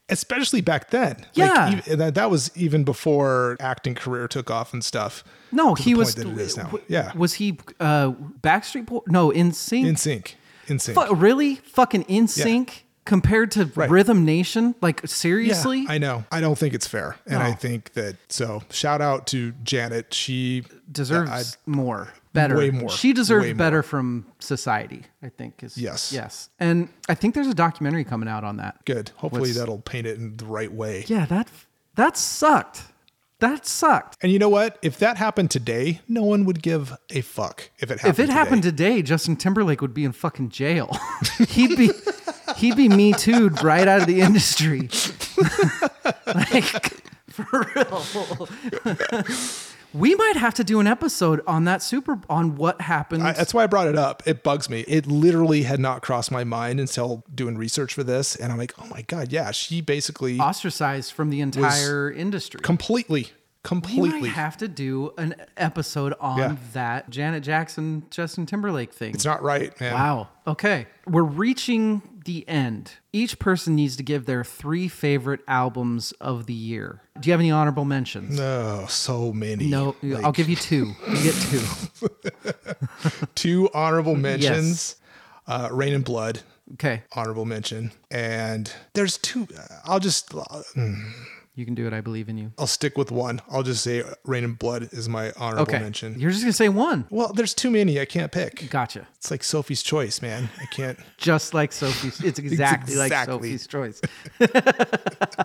Speaker 2: especially back then.
Speaker 1: Yeah.
Speaker 2: Like, ev- that, that was even before acting career took off and stuff.
Speaker 1: No,
Speaker 2: To the
Speaker 1: he was.
Speaker 2: point that it is now.
Speaker 1: w-
Speaker 2: Yeah.
Speaker 1: Was he uh, Backstreet Boy? No, in sync.
Speaker 2: In sync. In sync.
Speaker 1: Fu- really? Fucking in sync compared to
Speaker 2: Right.
Speaker 1: Rhythm Nation? Like, seriously?
Speaker 2: I know. I don't think it's fair. And I
Speaker 1: No.
Speaker 2: think that so shout out to Janet. She
Speaker 1: deserves
Speaker 2: I-
Speaker 1: more, better.
Speaker 2: Way more.
Speaker 1: She deserves
Speaker 2: Way more.
Speaker 1: better from society, I think. Is,
Speaker 2: Yes.
Speaker 1: Yes. And I think there's a documentary coming out on that.
Speaker 2: good. Hopefully
Speaker 1: Was-
Speaker 2: that'll paint it in the right way.
Speaker 1: Yeah, that that sucked. That sucked.
Speaker 2: And you know what? If that happened today, no one would give a fuck if it happened.
Speaker 1: if it
Speaker 2: today.
Speaker 1: happened today, Justin Timberlake would be in fucking jail. he'd be he'd be me too right out of the industry. like for real. we might have to do an episode on that super on what happened.
Speaker 2: I, that's why I brought it up. It bugs me. It literally had not crossed my mind until doing research for this. And I'm like, oh my God, yeah, she basically
Speaker 1: ostracized from the entire industry.
Speaker 2: completely,
Speaker 1: we might
Speaker 2: completely.
Speaker 1: have to do an episode on
Speaker 2: Yeah.
Speaker 1: that Janet Jackson Justin Timberlake thing.
Speaker 2: it's not right, man.
Speaker 1: Wow. Okay. We're reaching the end. Each person needs to give their three favorite albums of the year. Do you have any honorable mentions?
Speaker 2: Oh, so many.
Speaker 1: No, I'll
Speaker 2: Like,
Speaker 1: give you two. You get two.
Speaker 2: two honorable
Speaker 1: Mm,
Speaker 2: mentions. Uh, Rain and Blood,
Speaker 1: Okay.
Speaker 2: honorable mention. And there's two. I'll just,
Speaker 1: You can do it. I believe in you.
Speaker 2: I'll stick with one. I'll just say Rain and Blood is my honorable
Speaker 1: Okay.
Speaker 2: mention.
Speaker 1: You're just going to say one.
Speaker 2: Well, there's too many. I can't pick.
Speaker 1: Gotcha.
Speaker 2: It's like Sophie's choice, man. I can't.
Speaker 1: Just like Sophie's. It's exactly, like
Speaker 2: exactly.
Speaker 1: Sophie's choice. um,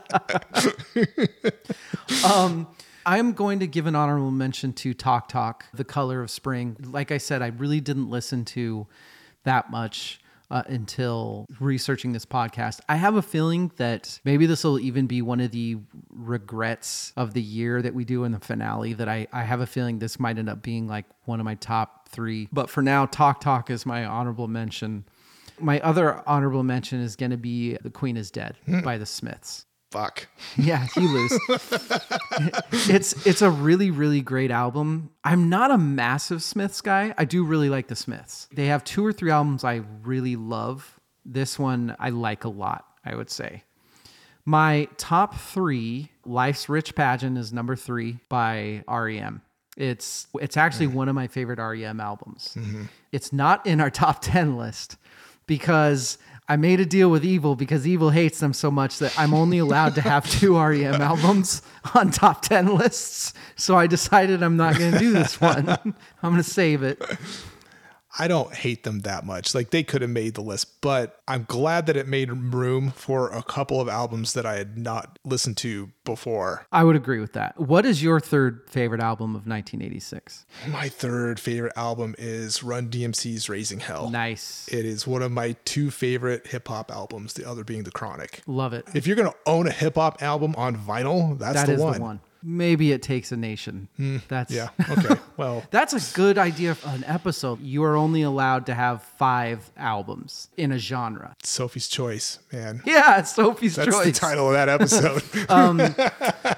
Speaker 1: I'm going to give an honorable mention to Talk Talk, The Color of Spring. Like I said, I really didn't listen to that much. Uh, until researching this podcast, I have a feeling that maybe this will even be one of the regrets of the year that we do in the finale. That I, I have a feeling this might end up being like one of my top three. But for now, Talk Talk is my honorable mention. My other honorable mention is going to be The Queen is Dead by the Smiths.
Speaker 2: Fuck.
Speaker 1: Yeah, you lose. it's it's a really really great album. I'm not a massive Smiths guy. I do really like the Smiths. They have two or three albums I really love. This one I like a lot, I would say. My top 3, Life's Rich Pageant is number 3 by REM. It's it's actually one of my favorite REM albums. It's not in our top 10 list because I made a deal with Evil because Evil hates them so much that I'm only allowed to have two REM albums on top 10 lists. So I decided I'm not going to do this one. I'm going to save it.
Speaker 2: I don't hate them that much. Like they could have made the list, but I'm glad that it made room for a couple of albums that I had not listened to before.
Speaker 1: I would agree with that. What is your third favorite album of 1986?
Speaker 2: My third favorite album is Run DMC's Raising Hell.
Speaker 1: Nice.
Speaker 2: Uh, It is one of my two favorite hip hop albums, the other being The Chronic.
Speaker 1: Love it.
Speaker 2: If you're going to own a hip hop album on vinyl, that's
Speaker 1: That
Speaker 2: the,
Speaker 1: is
Speaker 2: one. Hmm,
Speaker 1: the one. Maybe it takes a nation. That's
Speaker 2: Yeah. Okay. Well,
Speaker 1: That's a good idea for an episode. You are only allowed to have five albums in a genre.
Speaker 2: Sophie's Choice, man.
Speaker 1: Yeah, it's Sophie's
Speaker 2: That's
Speaker 1: choice.
Speaker 2: the title of that episode.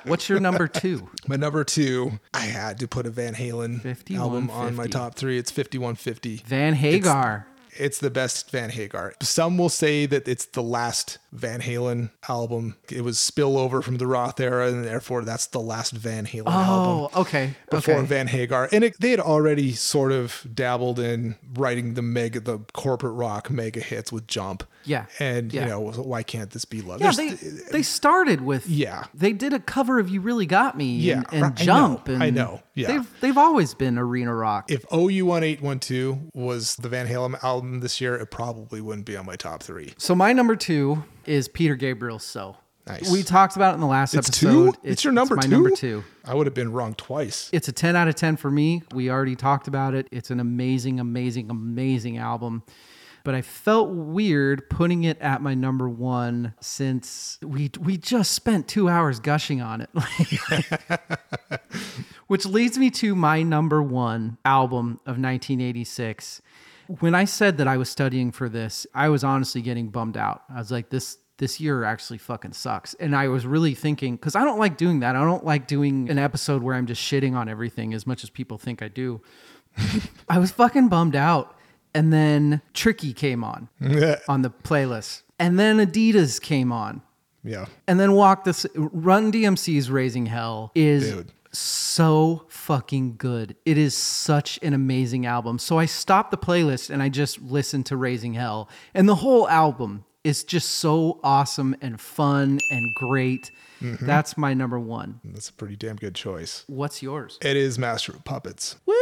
Speaker 1: What's your number two?
Speaker 2: My number two, I had to put a Van Halen album on my
Speaker 1: 5150.
Speaker 2: top three. It's 5150.
Speaker 1: Van Hagar.
Speaker 2: It's the best Van Hagar. Some will say that it's the last Van Halen album. It was spillover from the Roth era, and therefore that's the last Van Halen
Speaker 1: Oh,
Speaker 2: album
Speaker 1: okay.
Speaker 2: before
Speaker 1: okay.
Speaker 2: Van Hagar. And it, they had already sort of dabbled in writing the mega, the corporate rock mega hits with Jump.
Speaker 1: Yeah.
Speaker 2: And,
Speaker 1: Yeah.
Speaker 2: you know, why can't this be love?
Speaker 1: yeah, they,
Speaker 2: There's-
Speaker 1: they started with
Speaker 2: Yeah.
Speaker 1: They did a cover of "You Really Got Me"
Speaker 2: Yeah,
Speaker 1: and, and
Speaker 2: right, I know,
Speaker 1: "Jump." and
Speaker 2: I know, yeah.
Speaker 1: they've they've always been arena rock.
Speaker 2: if OU1812 was the Van Halen album this year, it probably wouldn't be on my top three.
Speaker 1: so my number two is Peter Gabriel's "So."
Speaker 2: Nice.
Speaker 1: We talked about it in the last
Speaker 2: It's two?
Speaker 1: episode.
Speaker 2: It's, your number
Speaker 1: my
Speaker 2: two?
Speaker 1: number two.
Speaker 2: I would have been wrong twice.
Speaker 1: It's a 10 out of 10 for me. We already talked about it. It's an amazing, amazing, amazing album. but I felt weird putting it at my number one since we we just spent two hours gushing on it. Which leads me to my number one album of 1986. When I said that I was studying for this, I was honestly getting bummed out. I was like, this this year actually fucking sucks. And I was really thinking, because I don't like doing that. I don't like doing an episode where I'm just shitting on everything as much as people think I do. I was fucking bummed out. And then Tricky came on
Speaker 2: Mm-hmm.
Speaker 1: on the playlist. And then Adidas came on.
Speaker 2: yeah.
Speaker 1: And then Walk This Run DMC's Raising Hell is
Speaker 2: Dude.
Speaker 1: so fucking good. It is such an amazing album. So I stopped the playlist and I just listened to Raising Hell. And the whole album is just so awesome and fun and great. That's my number one.
Speaker 2: That's a pretty damn good choice.
Speaker 1: What's yours?
Speaker 2: It is Master of Puppets.
Speaker 1: Woo!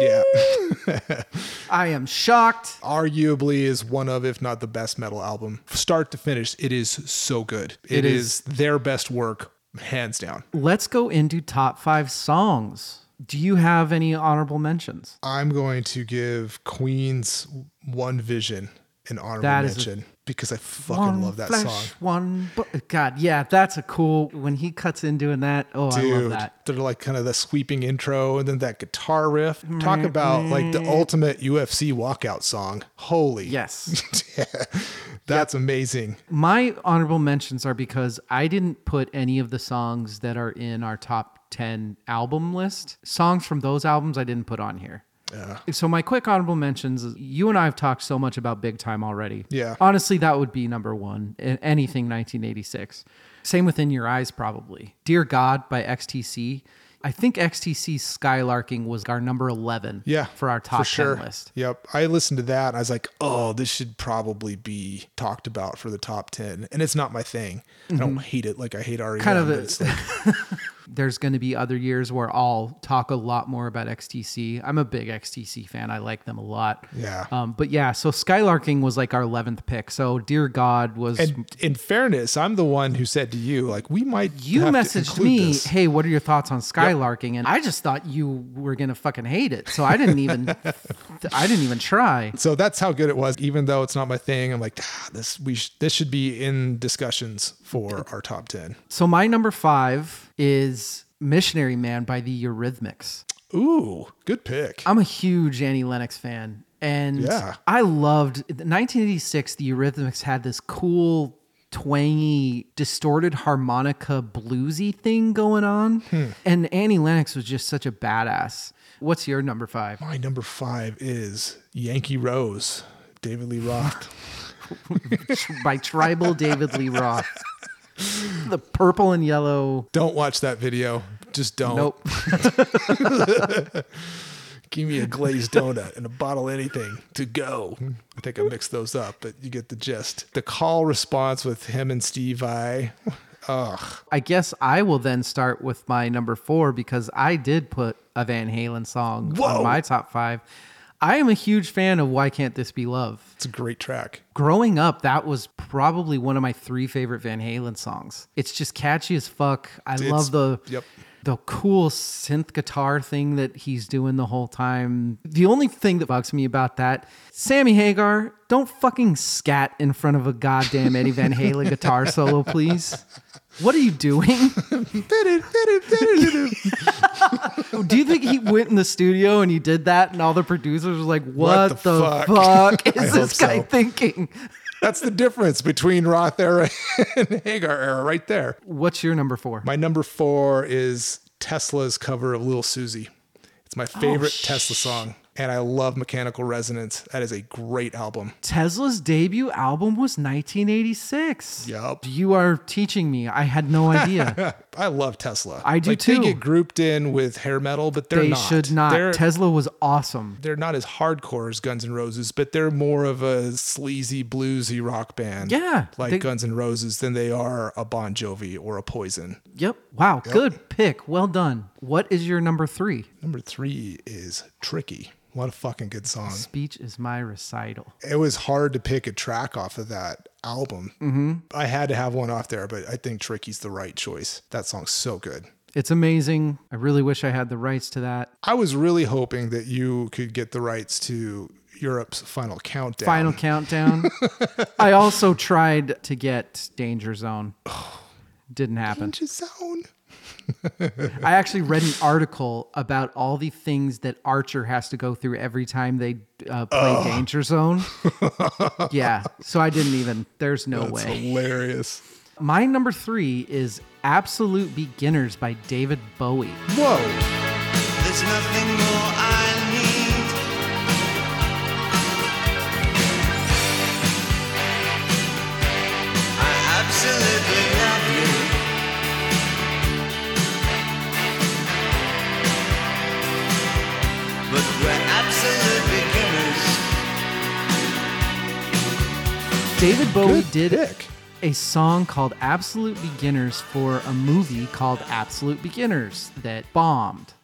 Speaker 2: Yeah.
Speaker 1: I am shocked.
Speaker 2: Arguably is one of, if not the best metal album. Start to finish, it is so good.
Speaker 1: It
Speaker 2: it
Speaker 1: is.
Speaker 2: is. their best work, hands down.
Speaker 1: Let's go into top five songs. Do you have any honorable mentions?
Speaker 2: I'm going to give Queen's One Vision an honorable
Speaker 1: That is a-
Speaker 2: mention because I fucking
Speaker 1: One
Speaker 2: love that
Speaker 1: flesh,
Speaker 2: song.
Speaker 1: One, bo- God, yeah, that's a cool. When he cuts in doing that, oh, I love
Speaker 2: Dude,
Speaker 1: that.
Speaker 2: they're like kind of the sweeping intro and then that guitar riff. Talk about like the ultimate UFC walkout song. Holy.
Speaker 1: Yes.
Speaker 2: That's amazing.
Speaker 1: My honorable mentions are because I didn't put any of the songs that are in our top 10 album list. Songs from those albums I didn't put on here. So my quick honorable mentions is you and I have talked so much about Big Time already.
Speaker 2: Yeah.
Speaker 1: Honestly, that would be number 1 in anything 1986. Same with In Your Eyes probably. Dear God by XTC. I think XTC Skylarking was our number 11
Speaker 2: Yeah.
Speaker 1: for our top 10 list.
Speaker 2: Yep. I listened to that and I was like, oh, this should probably be talked about for the top 10. And it's not my thing. I don't hate it like I hate REM.
Speaker 1: Mm-hmm. Kind of
Speaker 2: but
Speaker 1: a-
Speaker 2: it's like,
Speaker 1: there's going to be other years where I'll talk a lot more about XTC. I'm a big XTC fan. I like them a lot.
Speaker 2: Yeah.
Speaker 1: Um, but yeah, so Skylarking was like our 11th pick. So Dear God was.
Speaker 2: and in fairness, I'm the one who said to you, like, we might.
Speaker 1: you
Speaker 2: have to
Speaker 1: messaged
Speaker 2: include
Speaker 1: me,
Speaker 2: this.
Speaker 1: hey, what are your thoughts on Skylarking? And I just thought you were going to fucking hate it. So I didn't even. I didn't even try.
Speaker 2: So that's how good it was. Even though it's not my thing, I'm like, ah, this we sh- this should be in discussions for our top ten.
Speaker 1: So my number five is Missionary Man by the Eurythmics.
Speaker 2: Ooh, good pick.
Speaker 1: I'm a huge Annie Lennox fan, and
Speaker 2: Yeah.
Speaker 1: I loved 1986. The Eurythmics had this cool, twangy, distorted harmonica bluesy thing going on, and Annie Lennox was just such a badass. What's your number five?
Speaker 2: my number five is Yankee Rose, David Lee Roth.
Speaker 1: By Tribal David Lee Roth. The purple and yellow.
Speaker 2: don't watch that video. Just don't.
Speaker 1: Nope.
Speaker 2: Give me a glazed donut and a bottle of anything to go. I think I mixed those up, but you get the gist. The call response with him and Steve I. Ugh.
Speaker 1: I guess I will then start with my number four because I did put a Van Halen song on
Speaker 2: Whoa.
Speaker 1: my top five. I am a huge fan of Why Can't This Be Love.
Speaker 2: It's a great track.
Speaker 1: growing up, that was probably one of my three favorite Van Halen songs. It's just catchy as fuck. I love the
Speaker 2: yep.
Speaker 1: the cool synth guitar thing that he's doing the whole time. The only thing that bugs me about that, Sammy Hagar, don't fucking scat in front of a goddamn Eddie Van Halen guitar solo, please. What are you doing? Do you think he went in the studio and he did that, and all the producers were like, "What, the,
Speaker 2: the
Speaker 1: fuck,
Speaker 2: fuck?" I
Speaker 1: is
Speaker 2: hope
Speaker 1: this guy
Speaker 2: so.
Speaker 1: thinking?"
Speaker 2: That's the difference between Roth era and Hagar era right there.
Speaker 1: What's your number four?
Speaker 2: My number four is Tesla's cover of Little Susie. It's
Speaker 1: Oh,
Speaker 2: my favorite Tesla song, and I love Mechanical Resonance. That is a great album.
Speaker 1: Tesla's debut album was 1986.
Speaker 2: Yup.
Speaker 1: You are teaching me. I had no idea.
Speaker 2: I love Tesla.
Speaker 1: I do
Speaker 2: like,
Speaker 1: too.
Speaker 2: They get grouped in with hair metal, but they're
Speaker 1: they
Speaker 2: not.
Speaker 1: should not.
Speaker 2: They're,
Speaker 1: Tesla was awesome.
Speaker 2: they're not as hardcore as Guns N' Roses, but they're more of a sleazy, bluesy rock band.
Speaker 1: Yeah,
Speaker 2: Like
Speaker 1: they-
Speaker 2: Guns N' Roses than they are a Bon Jovi or a Poison.
Speaker 1: Yep. Wow. Good pick. Well done. What is your number three?
Speaker 2: Number three is Tricky. What a fucking good song.
Speaker 1: Speech is my recital.
Speaker 2: it was hard to pick a track off of that album.
Speaker 1: Mm-hmm.
Speaker 2: I had to have one off there, but I think Tricky's the right choice. That song's so good.
Speaker 1: It's amazing. I really wish I had the rights to that.
Speaker 2: I was really hoping that you could get the rights to Europe's Final Countdown.
Speaker 1: Final countdown. I also tried to get Danger Zone. Didn't happen.
Speaker 2: Danger Zone.
Speaker 1: I actually read an article about all the things that Archer has to go through every time they uh, play
Speaker 2: Oh.
Speaker 1: Danger Zone. yeah, so I didn't even. There's no
Speaker 2: That's
Speaker 1: way.
Speaker 2: hilarious.
Speaker 1: My number three is Absolute Beginners by David Bowie.
Speaker 2: Whoa.
Speaker 3: There's nothing more I need. I absolutely love you. But we're absolute beginners.
Speaker 1: David Bowie
Speaker 2: Good
Speaker 1: did
Speaker 2: pick.
Speaker 1: a song called Absolute Beginners for a movie called Absolute Beginners that bombed.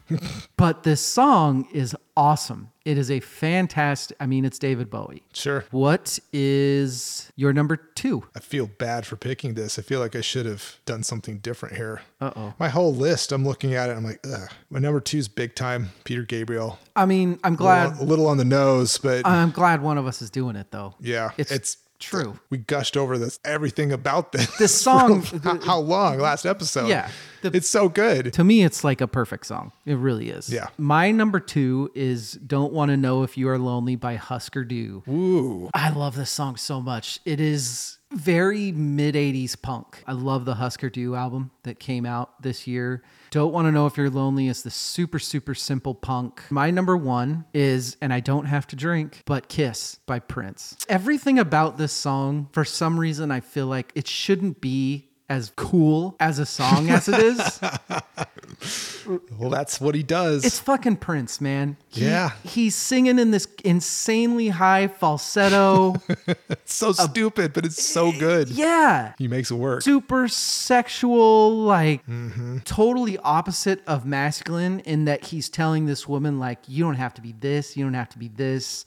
Speaker 1: but this song is awesome. It is a fantastic, I mean, it's David Bowie.
Speaker 2: Sure.
Speaker 1: What is your number two?
Speaker 2: I feel bad for picking this. I feel like I should have done something different here.
Speaker 1: Uh oh.
Speaker 2: My whole list, I'm looking at it. I'm like, ugh. My number two is big time, Peter Gabriel.
Speaker 1: I mean, I'm glad.
Speaker 2: a little on the nose, but
Speaker 1: I'm glad one of us is doing it though.
Speaker 2: yeah,
Speaker 1: it's,
Speaker 2: it's,
Speaker 1: true.
Speaker 2: We gushed over this everything about this.
Speaker 1: This song-
Speaker 2: for how- how long? Last episode.
Speaker 1: Yeah. The-
Speaker 2: it's so good.
Speaker 1: To me, it's like a perfect song. It really is.
Speaker 2: Yeah.
Speaker 1: My number two is "Don't Want to Know If You Are Lonely" by Husker Du.
Speaker 2: Ooh,
Speaker 1: I love this song so much. It is very mid 80s punk. I love the Husker Du album that came out this year. Don't Want to Know If You're Lonely is the super, super simple punk. My number one is, and I don't have to drink, but Kiss by Prince. Everything about this song, for some reason, I feel like it shouldn't be as cool as a song as it is.
Speaker 2: well, that's what he does.
Speaker 1: It's fucking Prince, man. He-
Speaker 2: Yeah.
Speaker 1: He's singing in this insanely high falsetto.
Speaker 2: It's so stupid, but it's so good.
Speaker 1: eh, yeah.
Speaker 2: He makes it work.
Speaker 1: super sexual, like totally opposite of masculine in that he's telling this woman, like, you don't have to be this, you don't have to be this.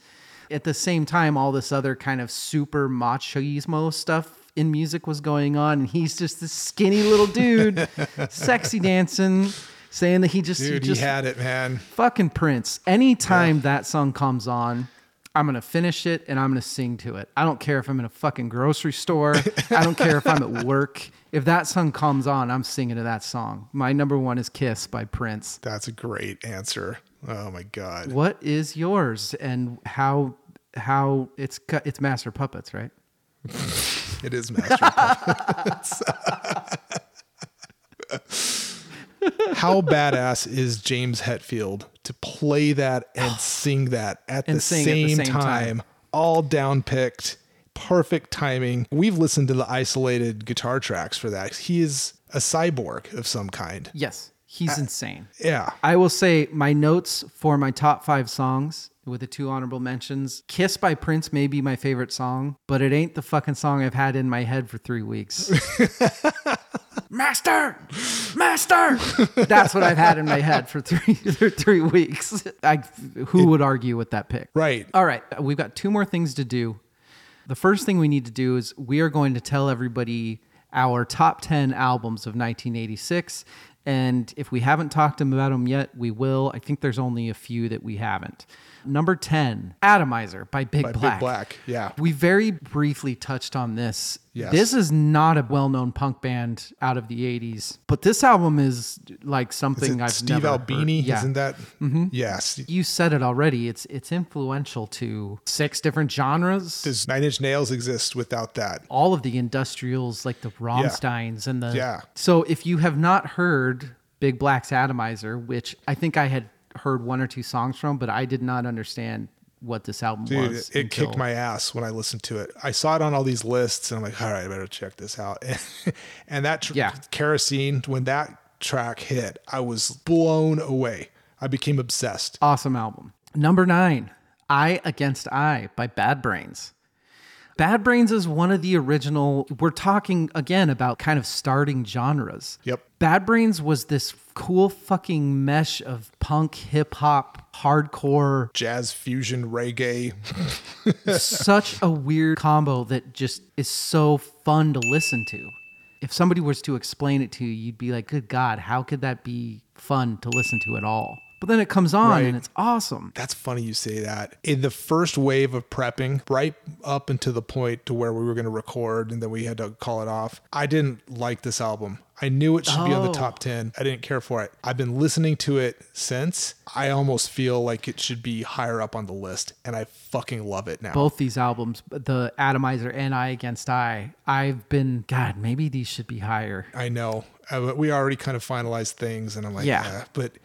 Speaker 1: At the same time, all this other kind of super machismo stuff in music was going on, and he's just this skinny little dude, sexy dancing, saying that he just, he
Speaker 2: Dude,
Speaker 1: just
Speaker 2: he had it, man.
Speaker 1: fucking Prince. Anytime that song comes on, I'm gonna finish it and I'm gonna sing to it. I don't care if I'm in a fucking grocery store. I don't care if I'm at work. If that song comes on, I'm singing to that song. My number one is Kiss by Prince.
Speaker 2: That's a great answer. Oh my god.
Speaker 1: What is yours and how how it's cu- it's Master Puppets, right?
Speaker 2: It is Master of Puppets. How badass is James Hetfield to play that and sing that at,
Speaker 1: And
Speaker 2: the,
Speaker 1: sing at
Speaker 2: same
Speaker 1: the same
Speaker 2: time,
Speaker 1: time.
Speaker 2: All down picked, perfect timing. We've listened to the isolated guitar tracks for that. He is a cyborg of some kind.
Speaker 1: Yes, he's insane.
Speaker 2: Yeah.
Speaker 1: I will say my notes for my top five songs with the two honorable mentions. Kiss by Prince may be my favorite song, but it ain't the fucking song I've had in my head for three weeks. Master! Master! That's what I've had in my head for three for three weeks. I, who would argue with that pick?
Speaker 2: Right.
Speaker 1: All right, we've got two more things to do. The first thing we need to do is we are going to tell everybody our top 10 albums of 1986. And if we haven't talked about them yet, we will. I think there's only a few that we haven't. Number 10, Atomizer by Big
Speaker 2: By Big
Speaker 1: Black.
Speaker 2: Black, yeah.
Speaker 1: We very briefly touched on this.
Speaker 2: Yes.
Speaker 1: This is not a well known punk band out of the 80s, but this album is like
Speaker 2: Is
Speaker 1: something
Speaker 2: it
Speaker 1: I've
Speaker 2: Steve
Speaker 1: never heard.
Speaker 2: Albini,
Speaker 1: Yeah Mm-hmm.
Speaker 2: isn't that? Yes.
Speaker 1: you said it already. It's it's influential to six different genres.
Speaker 2: Does Nine Inch Nails exist without that?
Speaker 1: all of the industrials, like the Rammsteins and the
Speaker 2: Yeah.
Speaker 1: So if you have not heard Big Black's Atomizer, which I think I had heard one or two songs from, but I did not understand what this album
Speaker 2: Dude,
Speaker 1: was.
Speaker 2: it kicked
Speaker 1: until-
Speaker 2: my ass when I listened to it. I saw it on all these lists, and I'm like, all right, I better check this out. and that tr-
Speaker 1: Yeah.
Speaker 2: kerosene, when that track hit, I was blown away. I became obsessed.
Speaker 1: Awesome album. Number nine, Eye Against Eye by Bad Brains. Bad Brains is one of the original. We're talking again about kind of starting genres.
Speaker 2: Yep.
Speaker 1: Bad Brains was this cool fucking mesh of punk, hip hop, hardcore.
Speaker 2: Jazz fusion reggae.
Speaker 1: such a weird combo that just is so fun to listen to. If somebody was to explain it to you, you'd be like, good God, how could that be fun to listen to at all? But then it comes on
Speaker 2: Right.
Speaker 1: and it's awesome.
Speaker 2: That's funny you say that. In the first wave of prepping, right up until the point to where we were going to record and then we had to call it off, I didn't like this album. I knew it should be on
Speaker 1: Oh.
Speaker 2: the top 10. I didn't care for it. I've been listening to it since. I almost feel like it should be higher up on the list and I fucking love it now.
Speaker 1: Both these albums, the Atomizer and I Against I, I've been God. Maybe these should be higher.
Speaker 2: I know. Uh, but we already kind of finalized things, and I'm like,
Speaker 1: Yeah.
Speaker 2: yeah. But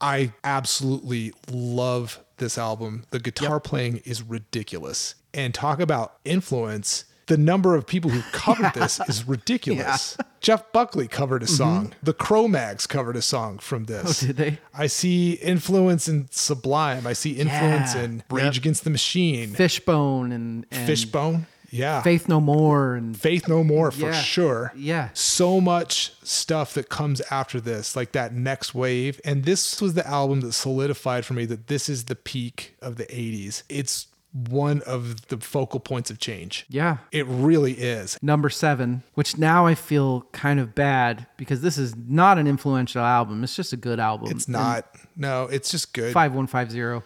Speaker 2: I absolutely love this album. The guitar playing is ridiculous. And talk about influence. The number of people who covered this is ridiculous. Jeff Buckley covered a song. The Cro-Mags covered a song from this.
Speaker 1: Mm-hmm. Oh, did they?
Speaker 2: I see influence in Sublime. I see influence
Speaker 1: Yeah.
Speaker 2: in Rage Against the Machine,
Speaker 1: Fishbone and, and
Speaker 2: Fishbone. Yeah.
Speaker 1: Faith No More and
Speaker 2: Faith No More for
Speaker 1: Yeah.
Speaker 2: sure.
Speaker 1: Yeah.
Speaker 2: So much stuff that comes after this, like that next wave. And this was the album that solidified for me that this is the peak of the 80s. It's one of the focal points of change.
Speaker 1: yeah.
Speaker 2: It really is.
Speaker 1: Number seven, which now I feel kind of bad because this is not an influential album. It's just a good album.
Speaker 2: It's not, no, it's just good.
Speaker 1: 5150.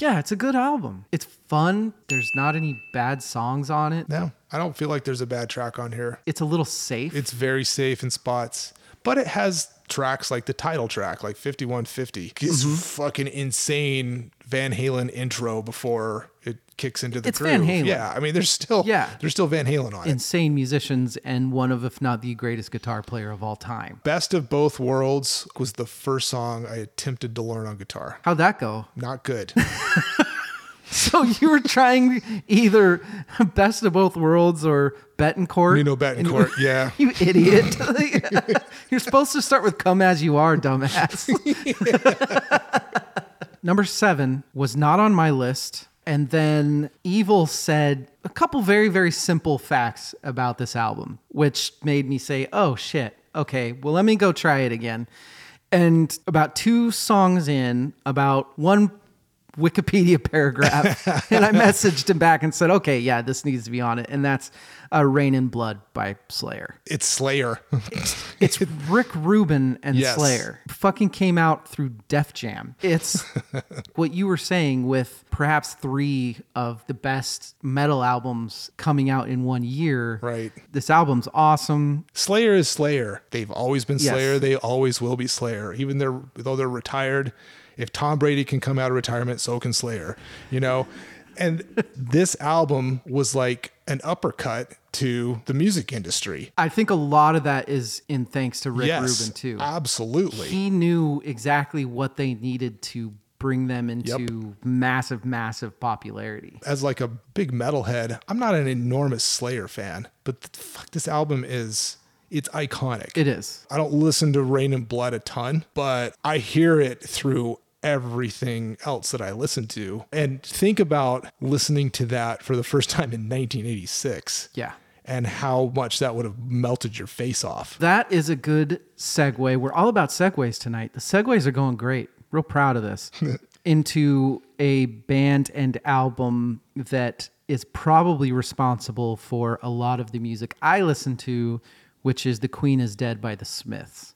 Speaker 1: Yeah, it's a good album. It's fun. There's not any bad songs on it.
Speaker 2: No, I don't feel like there's a bad track on here.
Speaker 1: It's a little safe.
Speaker 2: It's very safe in spots, but it has tracks like the title track, like 5150. It's
Speaker 1: Mm-hmm.
Speaker 2: fucking insane Van Halen intro before it kicks into the
Speaker 1: It's
Speaker 2: groove.
Speaker 1: Van Halen.
Speaker 2: Yeah, I mean, there's still
Speaker 1: Yeah.
Speaker 2: there's still Van Halen on it.
Speaker 1: Insane musicians and one of, if not the greatest guitar player of all time.
Speaker 2: Best of Both Worlds was the first song I attempted to learn on guitar.
Speaker 1: How'd that go?
Speaker 2: Not good.
Speaker 1: So you were trying either Best of Both Worlds or Betancourt?
Speaker 2: Nino Betancourt, yeah.
Speaker 1: You idiot. You're supposed to start with Come As You Are, dumbass. Number seven was not on my list. And then Evil said a couple very, very simple facts about this album, which made me say, oh shit, okay, well, let me go try it again. And about two songs in, about one Wikipedia paragraph, and I messaged him back and said, okay, yeah, this needs to be on it. And that's uh, Rain and Blood by Slayer.
Speaker 2: It's Slayer.
Speaker 1: It's Rick Rubin and
Speaker 2: Yes.
Speaker 1: Slayer. Fucking came out through Def Jam. It's what you were saying with perhaps three of the best metal albums coming out in one year.
Speaker 2: Right.
Speaker 1: This album's awesome.
Speaker 2: Slayer is Slayer. They've always been
Speaker 1: Yes.
Speaker 2: Slayer. They always will be Slayer. Even they're, though they're retired, if Tom Brady can come out of retirement, so can Slayer, you know? And this album was like an uppercut to the music industry.
Speaker 1: I think a lot of that is in thanks to Rick
Speaker 2: yes,
Speaker 1: Rubin too.
Speaker 2: absolutely.
Speaker 1: He knew exactly what they needed to bring them into massive, massive popularity.
Speaker 2: As like a big metalhead, I'm not an enormous Slayer fan, but th- fuck, this album is, it's iconic.
Speaker 1: It is.
Speaker 2: I don't listen to Rain and Blood a ton, but I hear it through everything else that I listen to. And think about listening to that for the first time in 1986.
Speaker 1: Yeah.
Speaker 2: And how much that would have melted your face off.
Speaker 1: That is a good segue. We're all about segues tonight. The segues are going great. Real proud of this. Into a band and album that is probably responsible for a lot of the music I listen to, which is The Queen is Dead by The Smiths.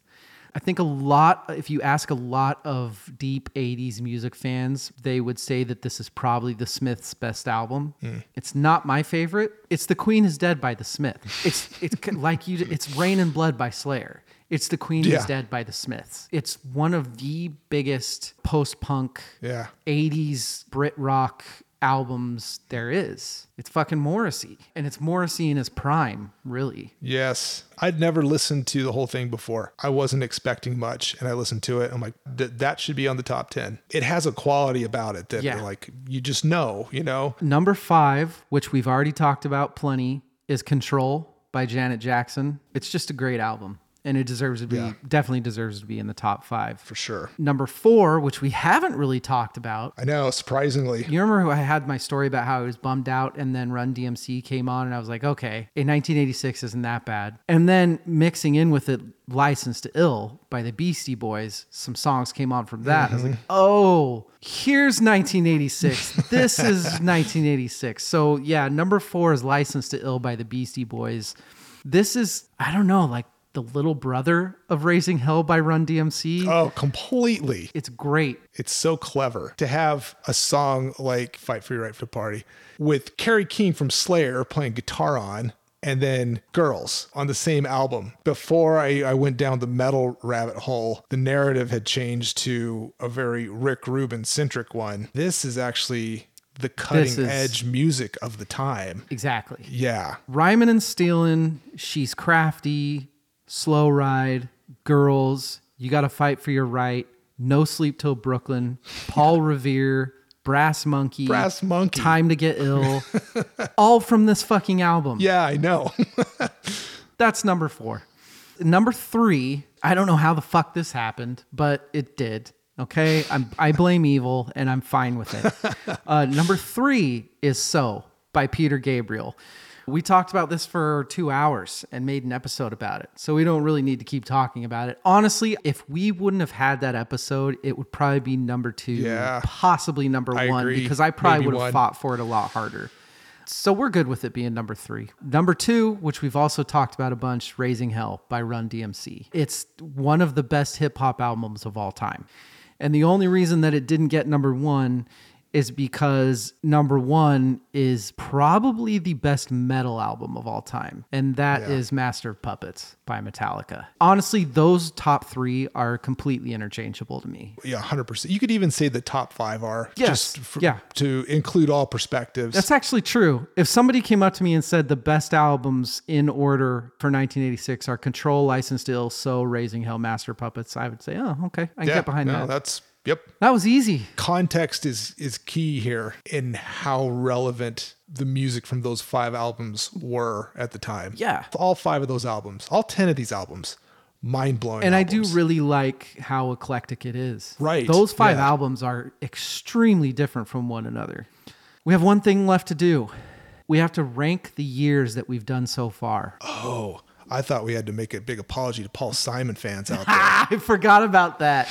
Speaker 1: I think a lot, if you ask a lot of deep 80s music fans, they would say that this is probably the Smiths' best album.
Speaker 2: Mm.
Speaker 1: It's not my favorite. It's The Queen is Dead by The Smith. It's, it's c- like you, it's Rain and Blood by Slayer. It's The Queen is
Speaker 2: Yeah.
Speaker 1: Dead by The Smiths. It's one of the biggest post punk
Speaker 2: Yeah.
Speaker 1: 80s Brit rock albums there is. It's fucking Morrissey. And it's Morrissey in his prime, really.
Speaker 2: Yes. I'd never listened to the whole thing before. I wasn't expecting much. And I listened to it. I'm like, "Th- that should be on the top 10. It has a quality about it that,
Speaker 1: Yeah.
Speaker 2: like, you just know, you know?
Speaker 1: Number five, which we've already talked about plenty, is Control by Janet Jackson. It's just a great album. And it deserves to be definitely deserves to be in the top five.
Speaker 2: For sure.
Speaker 1: Number four, which we haven't really talked about.
Speaker 2: I know, surprisingly.
Speaker 1: You remember who I had my story about how I was bummed out and then Run DMC came on and I was like, okay, in 1986 isn't that bad. And then mixing in with it, Licensed to Ill by the Beastie Boys, some songs came on from that. I was like, oh, here's 1986. This is 1986. So yeah, number four is Licensed to Ill by the Beastie Boys. This is, I don't know, like the little brother of Raising Hell by Run DMC.
Speaker 2: Oh, completely.
Speaker 1: It's great.
Speaker 2: It's so clever to have a song like Fight for Your Right Foot Party with Carrie King from Slayer playing guitar on and then Girls on the same album. Before I, I went down the metal rabbit hole, the narrative had changed to a very Rick Rubin centric one. This is actually the cutting
Speaker 1: is-
Speaker 2: edge music of the time.
Speaker 1: Exactly.
Speaker 2: Yeah.
Speaker 1: Ryman and Stealing, She's Crafty, Slow Ride, Girls, You Gotta Fight for Your Right, No Sleep Till Brooklyn, Paul Revere, Brass Monkey,
Speaker 2: Brass Monkey.
Speaker 1: Time to Get Ill, all from this fucking album.
Speaker 2: Yeah, I know.
Speaker 1: That's number four. Number three, I don't know how the fuck this happened, but it did. Okay. I'm, I blame evil and I'm fine with it. Uh, number three is So by Peter Gabriel. We talked about this for two hours and made an episode about it. So we don't really need to keep talking about it. Honestly, if we wouldn't have had that episode, it would probably be number two,
Speaker 2: Yeah.
Speaker 1: possibly number
Speaker 2: I
Speaker 1: one,
Speaker 2: agree.
Speaker 1: because I probably
Speaker 2: Maybe
Speaker 1: would have
Speaker 2: one.
Speaker 1: fought for it a lot harder. So we're good with it being number three. Number two, which we've also talked about a bunch, Raising Hell by Run DMC. It's one of the best hip hop albums of all time. And the only reason that it didn't get number one is because number one is probably the best metal album of all time. And that is Master of Puppets by Metallica. Honestly, those top three are completely interchangeable to me.
Speaker 2: yeah, 100%. You could even say the top five are
Speaker 1: Yes,
Speaker 2: just for,
Speaker 1: yeah.
Speaker 2: to include all perspectives.
Speaker 1: That's actually true. If somebody came up to me and said the best albums in order for 1986 are Control, Licensed Ill, So, Raising Hell, Master Puppets, I would say, oh, okay, I can get behind
Speaker 2: no,
Speaker 1: that.
Speaker 2: That's, yep.
Speaker 1: That was easy.
Speaker 2: context is is key here in how relevant the music from those five albums were at the time.
Speaker 1: Yeah.
Speaker 2: All five of those albums, all 10 of these albums, mind blowing.
Speaker 1: And I do really like how eclectic it is.
Speaker 2: Right,
Speaker 1: Those five
Speaker 2: yeah.
Speaker 1: albums are extremely different from one another. We have one thing left to do. We have to rank the years that we've done so far.
Speaker 2: Oh, I thought we had to make a big apology to Paul Simon fans out
Speaker 1: I
Speaker 2: there.
Speaker 1: forgot about that.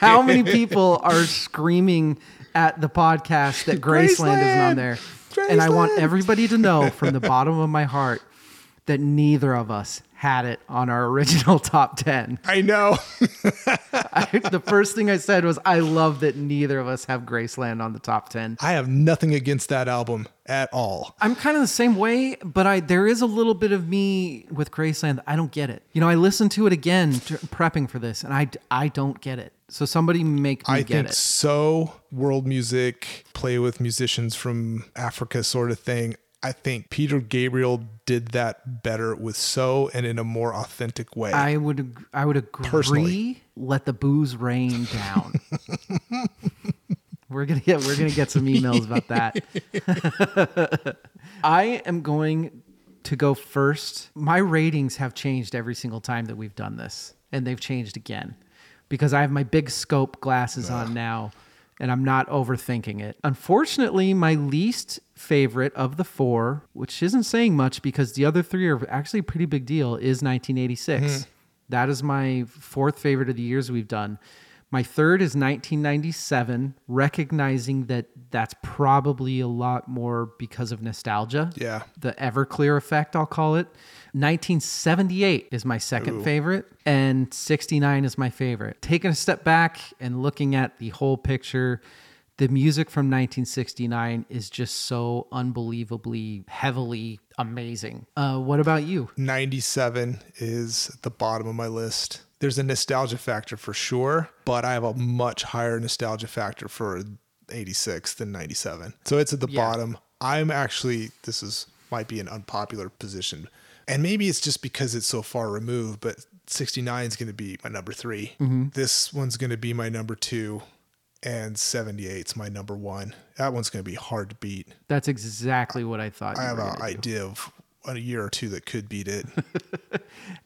Speaker 1: How many people are screaming at the podcast that Graceland, isn't on
Speaker 2: Graceland!
Speaker 1: there? And I want
Speaker 2: Graceland!
Speaker 1: everybody to know from the bottom of my heart that neither of us had it on our original top 10.
Speaker 2: I know.
Speaker 1: I, the first thing I said was, I love that neither of us have Graceland on the top 10.
Speaker 2: I have nothing against that album at all.
Speaker 1: I'm kind of the same way, but I there is a little bit of me with Graceland. that I don't get it. You know, I listened to it again tr- prepping for this, and I d- I don't get it. So somebody make me
Speaker 2: I
Speaker 1: get
Speaker 2: think
Speaker 1: it.
Speaker 2: so. World music, play with musicians from Africa, sort of thing. I think Peter Gabriel did that better with so and in a more authentic way.
Speaker 1: I would ag- I would agree.
Speaker 2: Personally.
Speaker 1: Let the booze rain down. we're gonna get we're gonna get some emails about that. I am going to go first. My ratings have changed every single time that we've done this, and they've changed again because I have my big scope glasses on now and I'm not overthinking it. Unfortunately, my least favorite of the four, which isn't saying much because the other three are actually a pretty big deal, is 1986. That is my fourth favorite of the years we've done. My third is 1997, recognizing that that's probably a lot more because of nostalgia.
Speaker 2: Yeah.
Speaker 1: The Everclear effect, I'll call it. 1978 is my second favorite, and 69 is my favorite. Taking a step back and looking at the whole picture, the music from 1969 is just so unbelievably heavily amazing. Uh, what about you?
Speaker 2: 97 is at the bottom of my list. There's a nostalgia factor for sure, but I have a much higher nostalgia factor for 86 than 97. So it's at the bottom. I'm actually this is might be an unpopular position. And maybe it's just because it's so far removed, but 69 is going to be my number 3. This one's going to be my number 2 and 78 is my number 1. That one's going to be hard to beat.
Speaker 1: That's exactly what I thought.
Speaker 2: I
Speaker 1: you
Speaker 2: have
Speaker 1: were
Speaker 2: an
Speaker 1: gonna do.
Speaker 2: idea of a year or two that could beat it.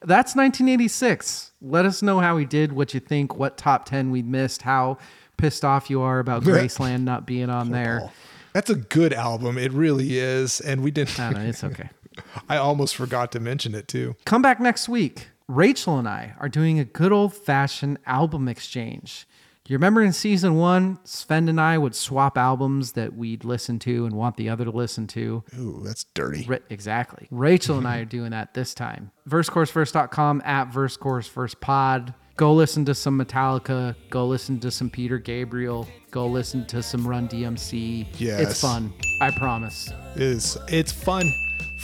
Speaker 1: That's 1986. Let us know how we did, what you think, what top 10 we missed, how pissed off you are about Graceland not being on there.
Speaker 2: Paul. That's a good album. It really is. And we didn't,
Speaker 1: I don't know, it's okay.
Speaker 2: I almost forgot to mention it too.
Speaker 1: Come back next week. Rachel and I are doing a good old fashioned album exchange. Do you remember in season one, Sven and I would swap albums that we'd listen to and want the other to listen to?
Speaker 2: Ooh, that's dirty.
Speaker 1: Ra- exactly. Rachel and I are doing that this time. VerseCourseFirst.com at VerseCourseFirstPod. Go listen to some Metallica. Go listen to some Peter Gabriel. Go listen to some Run DMC. It's
Speaker 2: Yes.
Speaker 1: fun. I promise.
Speaker 2: It is it's fun.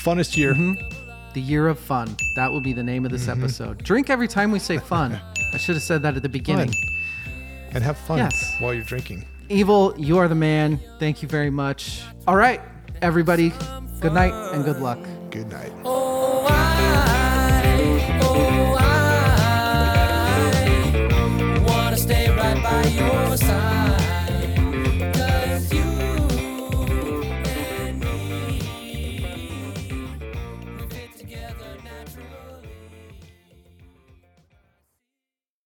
Speaker 2: Funnest year.
Speaker 1: Mm-hmm. The year of fun. That will be the name of this episode. Drink every time we say fun. I should have said that at the beginning.
Speaker 2: And have fun
Speaker 1: Yes.
Speaker 2: while you're drinking.
Speaker 1: Evil, you are the man. Thank you very much. All right, everybody. Good night and good luck.
Speaker 2: Good night.